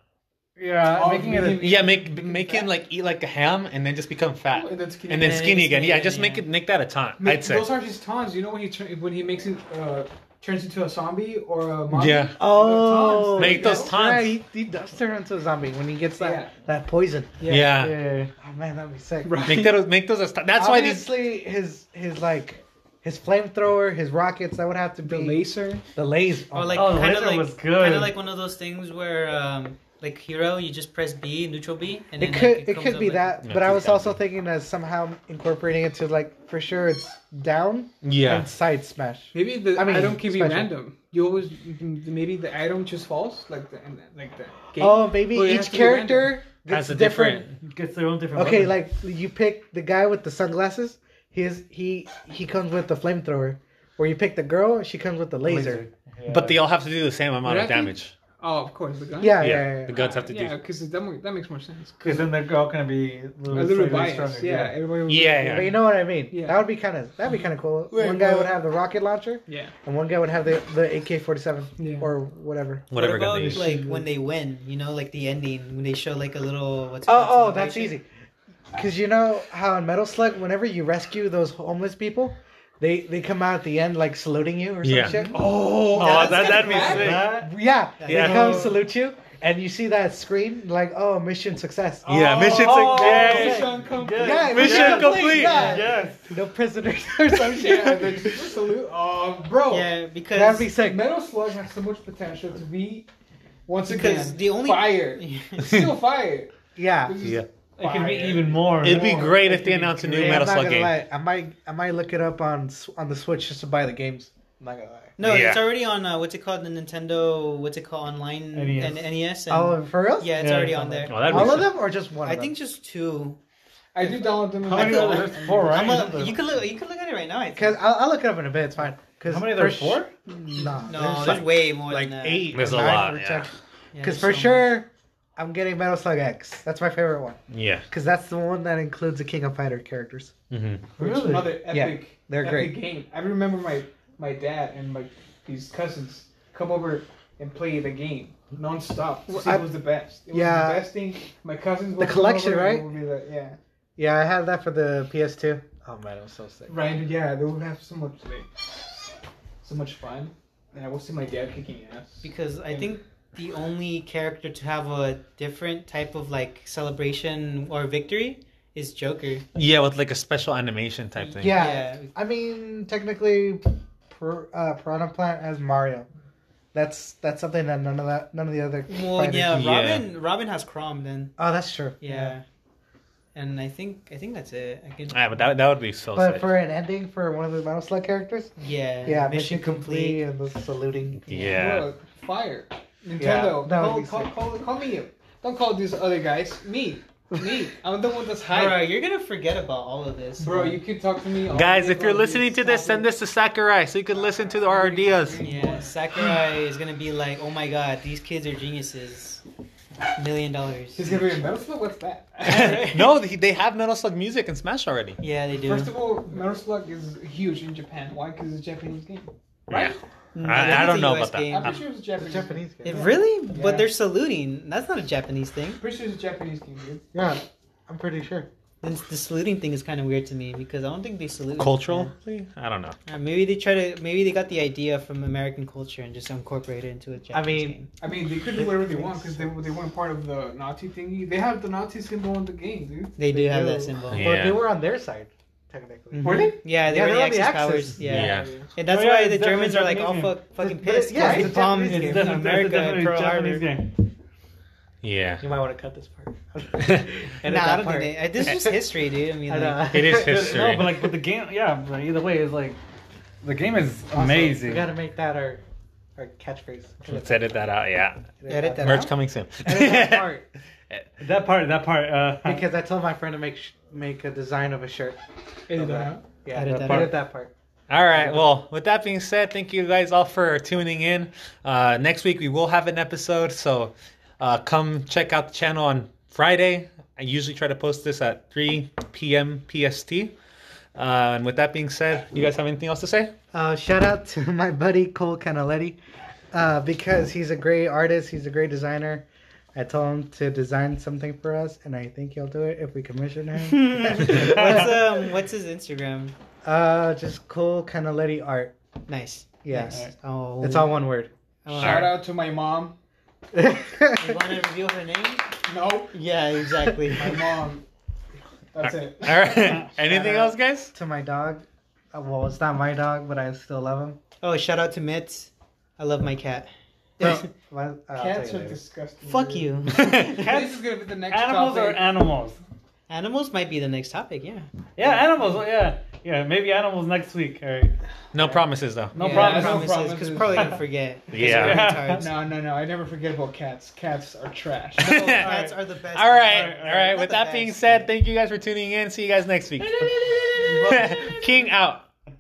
Speaker 5: Yeah,
Speaker 4: Oh,
Speaker 5: making it. A,
Speaker 4: really?
Speaker 1: Yeah, make make him like eat like a ham and then just become fat
Speaker 4: Oh, and then skinny
Speaker 1: Uh, and then
Speaker 3: again.
Speaker 1: skinny again. Yeah, just make
Speaker 3: Yeah.
Speaker 1: it make that a taunt.
Speaker 4: Ma-
Speaker 1: I'd say.
Speaker 4: Those are his taunts. You know when he turn, when he makes it uh, turns into a zombie or a monkey.
Speaker 1: Yeah.
Speaker 2: Oh,
Speaker 4: Taunts,
Speaker 1: Make
Speaker 4: there you
Speaker 1: those
Speaker 4: go.
Speaker 1: taunts.
Speaker 2: Yeah, he, he does turn into a zombie when he gets that,
Speaker 4: Yeah.
Speaker 2: that poison.
Speaker 1: Yeah.
Speaker 5: yeah, yeah,
Speaker 2: Oh man, that'd be sick.
Speaker 4: Right.
Speaker 1: Make that make those. A st- that's why these.
Speaker 2: Obviously, his his like his flamethrower, his rockets. That would have to be
Speaker 4: The laser.
Speaker 2: the laser.
Speaker 3: Or like
Speaker 5: Oh, the
Speaker 3: kind of
Speaker 5: laser
Speaker 3: like
Speaker 5: was good.
Speaker 3: kind of like one of those things where um, like hero, you just press B, neutral B, and
Speaker 2: it
Speaker 3: then,
Speaker 2: could
Speaker 3: like,
Speaker 2: it
Speaker 3: comes
Speaker 2: could
Speaker 3: up
Speaker 2: be
Speaker 3: with-
Speaker 2: that,
Speaker 1: Yeah,
Speaker 2: but I
Speaker 1: it's
Speaker 2: was
Speaker 1: gotta
Speaker 2: also thinking that somehow incorporating it to like for sure it's down
Speaker 1: Yeah.
Speaker 2: and side smash.
Speaker 4: Maybe the
Speaker 2: I mean,
Speaker 4: item can be
Speaker 2: special.
Speaker 4: random. You always maybe the item just falls like the and the- like the game.
Speaker 2: Oh, maybe
Speaker 4: Well, it
Speaker 2: each
Speaker 4: has to be
Speaker 2: character
Speaker 1: Has
Speaker 2: gets
Speaker 1: a
Speaker 2: different.
Speaker 1: different.
Speaker 5: Gets their own different.
Speaker 2: Okay,
Speaker 5: weapon.
Speaker 2: like you pick the guy with the sunglasses. His he he comes with the flamethrower. Or you pick the girl, she comes with the laser.
Speaker 5: Yeah.
Speaker 1: But they all have to do the same amount
Speaker 4: Would
Speaker 1: of
Speaker 4: I think-
Speaker 1: damage.
Speaker 4: Oh, of course the gun.
Speaker 2: Yeah, yeah,
Speaker 1: Yeah,
Speaker 2: yeah. yeah.
Speaker 1: the guns have to
Speaker 4: yeah,
Speaker 1: do.
Speaker 4: because that mo- that makes more sense.
Speaker 5: Because then they're all gonna be a
Speaker 4: A
Speaker 5: little,
Speaker 4: little
Speaker 5: slightly
Speaker 4: biased.
Speaker 5: stronger,
Speaker 4: Yeah, everybody. would-
Speaker 1: Yeah, yeah.
Speaker 2: But you know what I mean.
Speaker 4: Yeah.
Speaker 2: That would be kind of that'd be kind of cool.
Speaker 4: Wait,
Speaker 2: one guy
Speaker 4: well-
Speaker 2: would have the rocket launcher,
Speaker 4: yeah.
Speaker 2: and one guy would have the the AK forty seven
Speaker 4: Yeah.
Speaker 2: or whatever.
Speaker 1: Whatever
Speaker 3: what
Speaker 1: gun
Speaker 3: about
Speaker 1: they use.
Speaker 3: like when they win? You know, like the ending when they show like a little. What's it
Speaker 2: Oh,
Speaker 3: called,
Speaker 2: oh, that's
Speaker 3: celebration?
Speaker 2: easy. Because you know how in Metal Slug, whenever you rescue those homeless people, they they come out at the end like saluting you or some
Speaker 1: Yeah.
Speaker 2: shit.
Speaker 1: Oh,
Speaker 4: that's
Speaker 1: that that'd be
Speaker 4: kinda
Speaker 1: sick.
Speaker 5: That-
Speaker 2: Yeah,
Speaker 1: Yeah.
Speaker 2: they come salute you, and you see that screen like, oh, mission success.
Speaker 1: Yeah, mission
Speaker 5: Oh,
Speaker 1: success.
Speaker 5: yeah.
Speaker 4: Mission complete.
Speaker 5: Yeah.
Speaker 2: Yeah,
Speaker 1: Mission complete.
Speaker 2: Yeah.
Speaker 5: Yes.
Speaker 2: No prisoners <laughs> or some
Speaker 1: <laughs>
Speaker 2: shit.
Speaker 4: Yeah, they just salute. Oh, bro.
Speaker 3: Yeah, because
Speaker 2: That'd be sick.
Speaker 4: Metal Slug has so much potential to be Once
Speaker 3: You
Speaker 4: again,
Speaker 3: can. The only-
Speaker 4: fire.
Speaker 2: <laughs>
Speaker 4: It's still fire.
Speaker 2: Yeah.
Speaker 4: It's just
Speaker 1: Yeah.
Speaker 5: It could be
Speaker 4: fire.
Speaker 5: even more.
Speaker 1: It'd be
Speaker 5: more.
Speaker 1: great
Speaker 5: It
Speaker 1: if
Speaker 5: could
Speaker 1: they
Speaker 5: be
Speaker 1: announced a new
Speaker 5: great.
Speaker 2: Yeah, I'm
Speaker 1: Metal
Speaker 2: not
Speaker 1: Slug
Speaker 2: gonna
Speaker 1: game.
Speaker 2: lie. I might I might look it up on s- on the Switch just to buy the games. I'm not gonna lie.
Speaker 3: <laughs> No,
Speaker 1: Yeah.
Speaker 3: it's already on uh, what's it called? The Nintendo what's it called online
Speaker 5: NES.
Speaker 3: and NES. And,
Speaker 2: All of for real?
Speaker 3: yeah, it's
Speaker 5: E Yeah,
Speaker 3: already
Speaker 5: it's
Speaker 3: on
Speaker 5: on
Speaker 3: there.
Speaker 1: Oh, that'd be
Speaker 2: All
Speaker 1: sick.
Speaker 2: of them or just one?
Speaker 3: I
Speaker 2: of them?
Speaker 3: think just two.
Speaker 4: I do download them.
Speaker 5: How many
Speaker 4: I
Speaker 5: are there? There's four, right?
Speaker 3: I'm a, you could look. You could look at it right now. I think.
Speaker 2: because I'll, I'll look it up in a bit. It's fine. Cause
Speaker 5: How many are
Speaker 2: for
Speaker 5: there?
Speaker 2: sh-
Speaker 5: Four?
Speaker 2: Nah,
Speaker 3: no,
Speaker 2: there's
Speaker 3: there's,
Speaker 2: like,
Speaker 3: way more
Speaker 2: like
Speaker 3: than that.
Speaker 2: eight.
Speaker 1: There's
Speaker 2: or
Speaker 1: a
Speaker 2: nine
Speaker 1: lot,
Speaker 2: for
Speaker 1: yeah.
Speaker 2: tech.
Speaker 3: Yeah,
Speaker 2: Because
Speaker 3: there's
Speaker 2: for
Speaker 3: so
Speaker 2: sure, I'm getting Metal Slug X. That's my favorite one.
Speaker 1: Yeah.
Speaker 2: Because that's the one that includes the King of Fighter characters.
Speaker 1: hmm
Speaker 5: Really?
Speaker 4: Mother epic.
Speaker 2: Yeah, they're
Speaker 4: epic Game. I remember my my dad and my these cousins come over and play the game nonstop. To
Speaker 2: Well,
Speaker 4: see
Speaker 2: I-
Speaker 4: it was the best. It
Speaker 2: Yeah.
Speaker 4: was the best thing. My cousins.
Speaker 2: The collection, right?
Speaker 4: The, yeah.
Speaker 2: Yeah, I had that for the PS2. Oh man, it was so sick.
Speaker 4: Right. Yeah. They would have so much like, so much fun. And I will see my dad kicking ass.
Speaker 3: because I think the only character to have a different type of like celebration or victory is Joker.
Speaker 1: <laughs> Yeah, with like a special animation type thing.
Speaker 2: Yeah.
Speaker 3: Yeah.
Speaker 2: I mean, technically, per, uh, Piranha Plant as Mario. That's that's something that none of that none of the other.
Speaker 3: Well,
Speaker 2: fighters
Speaker 3: yeah,
Speaker 2: do.
Speaker 1: Yeah.
Speaker 3: Robin. Robin has Crom then.
Speaker 2: Oh, that's true.
Speaker 3: Yeah. And I think I think that's it. I can.
Speaker 4: Ah,
Speaker 1: Yeah, Ah, but that, that would be so
Speaker 2: But
Speaker 1: sick.
Speaker 2: for an ending for one of the Metal Slug characters,
Speaker 3: yeah.
Speaker 2: yeah, mission complete and the saluting.
Speaker 1: yeah.
Speaker 4: Look, fire. Nintendo.
Speaker 2: that would be
Speaker 4: call, call,
Speaker 2: sick.
Speaker 4: call, call me up. Don't call these other guys. Me. Me. I'm the one that's high.
Speaker 3: Bro, you're gonna forget about all of this,
Speaker 4: Bro, you can talk to me. all
Speaker 1: Guys,
Speaker 4: day
Speaker 1: if you're
Speaker 4: long.
Speaker 1: listening to this,
Speaker 4: Stop
Speaker 1: send
Speaker 4: it.
Speaker 1: this to Sakurai so you can listen to the RDs.
Speaker 3: Yeah, Sakurai is gonna be like, oh my god, these kids are geniuses. Million dollars.
Speaker 4: She's gonna be a Metal Slug? What's that?
Speaker 1: <laughs> <laughs>
Speaker 4: <laughs>
Speaker 1: no, they they have Metal Slug music in Smash already.
Speaker 3: Yeah, they do.
Speaker 4: First of all, Metal Slug is huge in Japan. Why? Because it's a Japanese game.
Speaker 1: Yeah.
Speaker 3: No,
Speaker 1: I- I
Speaker 3: that's
Speaker 1: don't
Speaker 3: a
Speaker 1: know
Speaker 3: US
Speaker 1: about that.
Speaker 3: game.
Speaker 4: I'm pretty sure it's a Japanese,
Speaker 2: Japanese
Speaker 3: It
Speaker 2: game.
Speaker 3: really?
Speaker 4: Yeah.
Speaker 3: But they're saluting. That's not a Japanese thing.
Speaker 4: Pretty sure it's a Japanese game, dude.
Speaker 2: Yeah, I'm pretty sure.
Speaker 3: The, the saluting thing is kind of weird to me because I don't think they salute.
Speaker 1: Cultural? I don't know.
Speaker 3: Uh, maybe they try to. Maybe they got the idea from American culture and just incorporate it into a Japanese
Speaker 2: mean,
Speaker 3: game.
Speaker 4: I mean, they could do whatever they want because they, they weren't part of the Nazi thingy. They have the Nazi symbol in the game, dude.
Speaker 3: They do have that
Speaker 2: do.
Speaker 3: symbol.
Speaker 1: Yeah.
Speaker 2: But they were on their side, technically.
Speaker 3: Mhm.
Speaker 4: Were they?
Speaker 3: Yeah, they
Speaker 2: Yeah,
Speaker 3: were
Speaker 2: they're
Speaker 3: the
Speaker 2: on
Speaker 3: Axis
Speaker 2: the Axis.
Speaker 3: powers. Yeah.
Speaker 1: Yeah.
Speaker 3: And that's
Speaker 5: Oh, yeah,
Speaker 3: why
Speaker 5: it's
Speaker 3: the
Speaker 5: definitely
Speaker 3: Germans are like all
Speaker 5: Japanese
Speaker 3: fuck, fucking
Speaker 2: But- but
Speaker 3: pissed
Speaker 2: yeah,
Speaker 3: because
Speaker 2: it's
Speaker 3: they bombed
Speaker 2: Japanese
Speaker 5: It's
Speaker 2: game.
Speaker 5: definitely, it's
Speaker 3: America
Speaker 5: definitely
Speaker 3: and Pearl
Speaker 5: Japanese
Speaker 3: Harbor.
Speaker 5: game.
Speaker 2: <laughs>
Speaker 1: Yeah.
Speaker 2: You might want to cut this part. Edit
Speaker 3: Nah, I
Speaker 2: that
Speaker 3: don't
Speaker 2: part.
Speaker 3: think they. This is just history, dude. I mean,
Speaker 2: I
Speaker 3: like,
Speaker 2: know. <laughs>
Speaker 1: It is history.
Speaker 5: No, but like, but the game, yeah. But either way, is like, the game is amazing.
Speaker 2: We gotta make that our our catchphrase.
Speaker 1: <laughs> Let's edit that out. Yeah.
Speaker 3: Edit that
Speaker 1: Merch
Speaker 3: out?
Speaker 1: coming soon.
Speaker 2: Edit
Speaker 1: <laughs>
Speaker 2: that part
Speaker 5: that part, that part. Uh,
Speaker 2: because I told my friend to make sh- make a design of a shirt.
Speaker 4: Is that?
Speaker 2: Yeah,
Speaker 3: Edit that
Speaker 2: part.
Speaker 3: out.
Speaker 2: Edit that part.
Speaker 1: All right. Well, with that being said, thank you guys all for tuning in. Uh, next week we will have an episode, so uh, come check out the channel on Friday. I usually try to post this at 3 p.m. PST. Uh, and with that being said, you guys have anything else to say?
Speaker 2: Uh, shout out to <laughs> my buddy Cole Canaletti uh, because he's a great artist. He's a great designer. I told him to design something for us, and I think he'll do it if we commission
Speaker 3: <laughs>
Speaker 2: him. <laughs>
Speaker 3: what's <laughs> um, what's his Instagram?
Speaker 2: uh, just Cole Canaletti art.
Speaker 3: Nice.
Speaker 2: Yes,
Speaker 3: Nice. Oh,
Speaker 2: it's all one word.
Speaker 3: Oh,
Speaker 4: Shout out to my mom.
Speaker 3: You want to reveal her name?
Speaker 4: No,
Speaker 3: Yeah, <laughs> exactly.
Speaker 4: my mom. That's it.
Speaker 1: All right. <laughs> anything
Speaker 2: Shout
Speaker 1: else,
Speaker 2: out.
Speaker 1: guys? <laughs>
Speaker 2: to my dog. Uh, Well, it's not my dog, but I still love him.
Speaker 3: oh, shout out to Mitz. I love my cat.
Speaker 2: Well, uh, I'll
Speaker 4: Cats
Speaker 2: tell you
Speaker 4: are
Speaker 2: later.
Speaker 3: <laughs>
Speaker 4: disgusting.
Speaker 3: Fuck
Speaker 4: dude.
Speaker 3: you.
Speaker 4: This
Speaker 5: cats,
Speaker 4: is gonna be the next
Speaker 5: <laughs> animals are
Speaker 4: topic.
Speaker 5: animals.
Speaker 3: Animals might be the next topic. Yeah.
Speaker 5: Yeah, animals. Yeah, yeah. Maybe animals next week. All right.
Speaker 1: No promises though.
Speaker 5: No
Speaker 3: yeah,
Speaker 5: problem.
Speaker 3: Promises,
Speaker 4: No
Speaker 3: because
Speaker 4: promises.
Speaker 3: probably gonna forget. 'cause
Speaker 1: Yeah.
Speaker 3: we're retards.
Speaker 4: <laughs> No, no, no. I never forget about cats. Cats are trash.
Speaker 3: No, cats are the best.
Speaker 1: <laughs> All right. All
Speaker 5: All right,
Speaker 1: right.
Speaker 5: all right.
Speaker 1: With
Speaker 3: Not the
Speaker 1: that being
Speaker 3: best.
Speaker 1: said, thank you guys for tuning in. See you guys next week. <laughs> King out.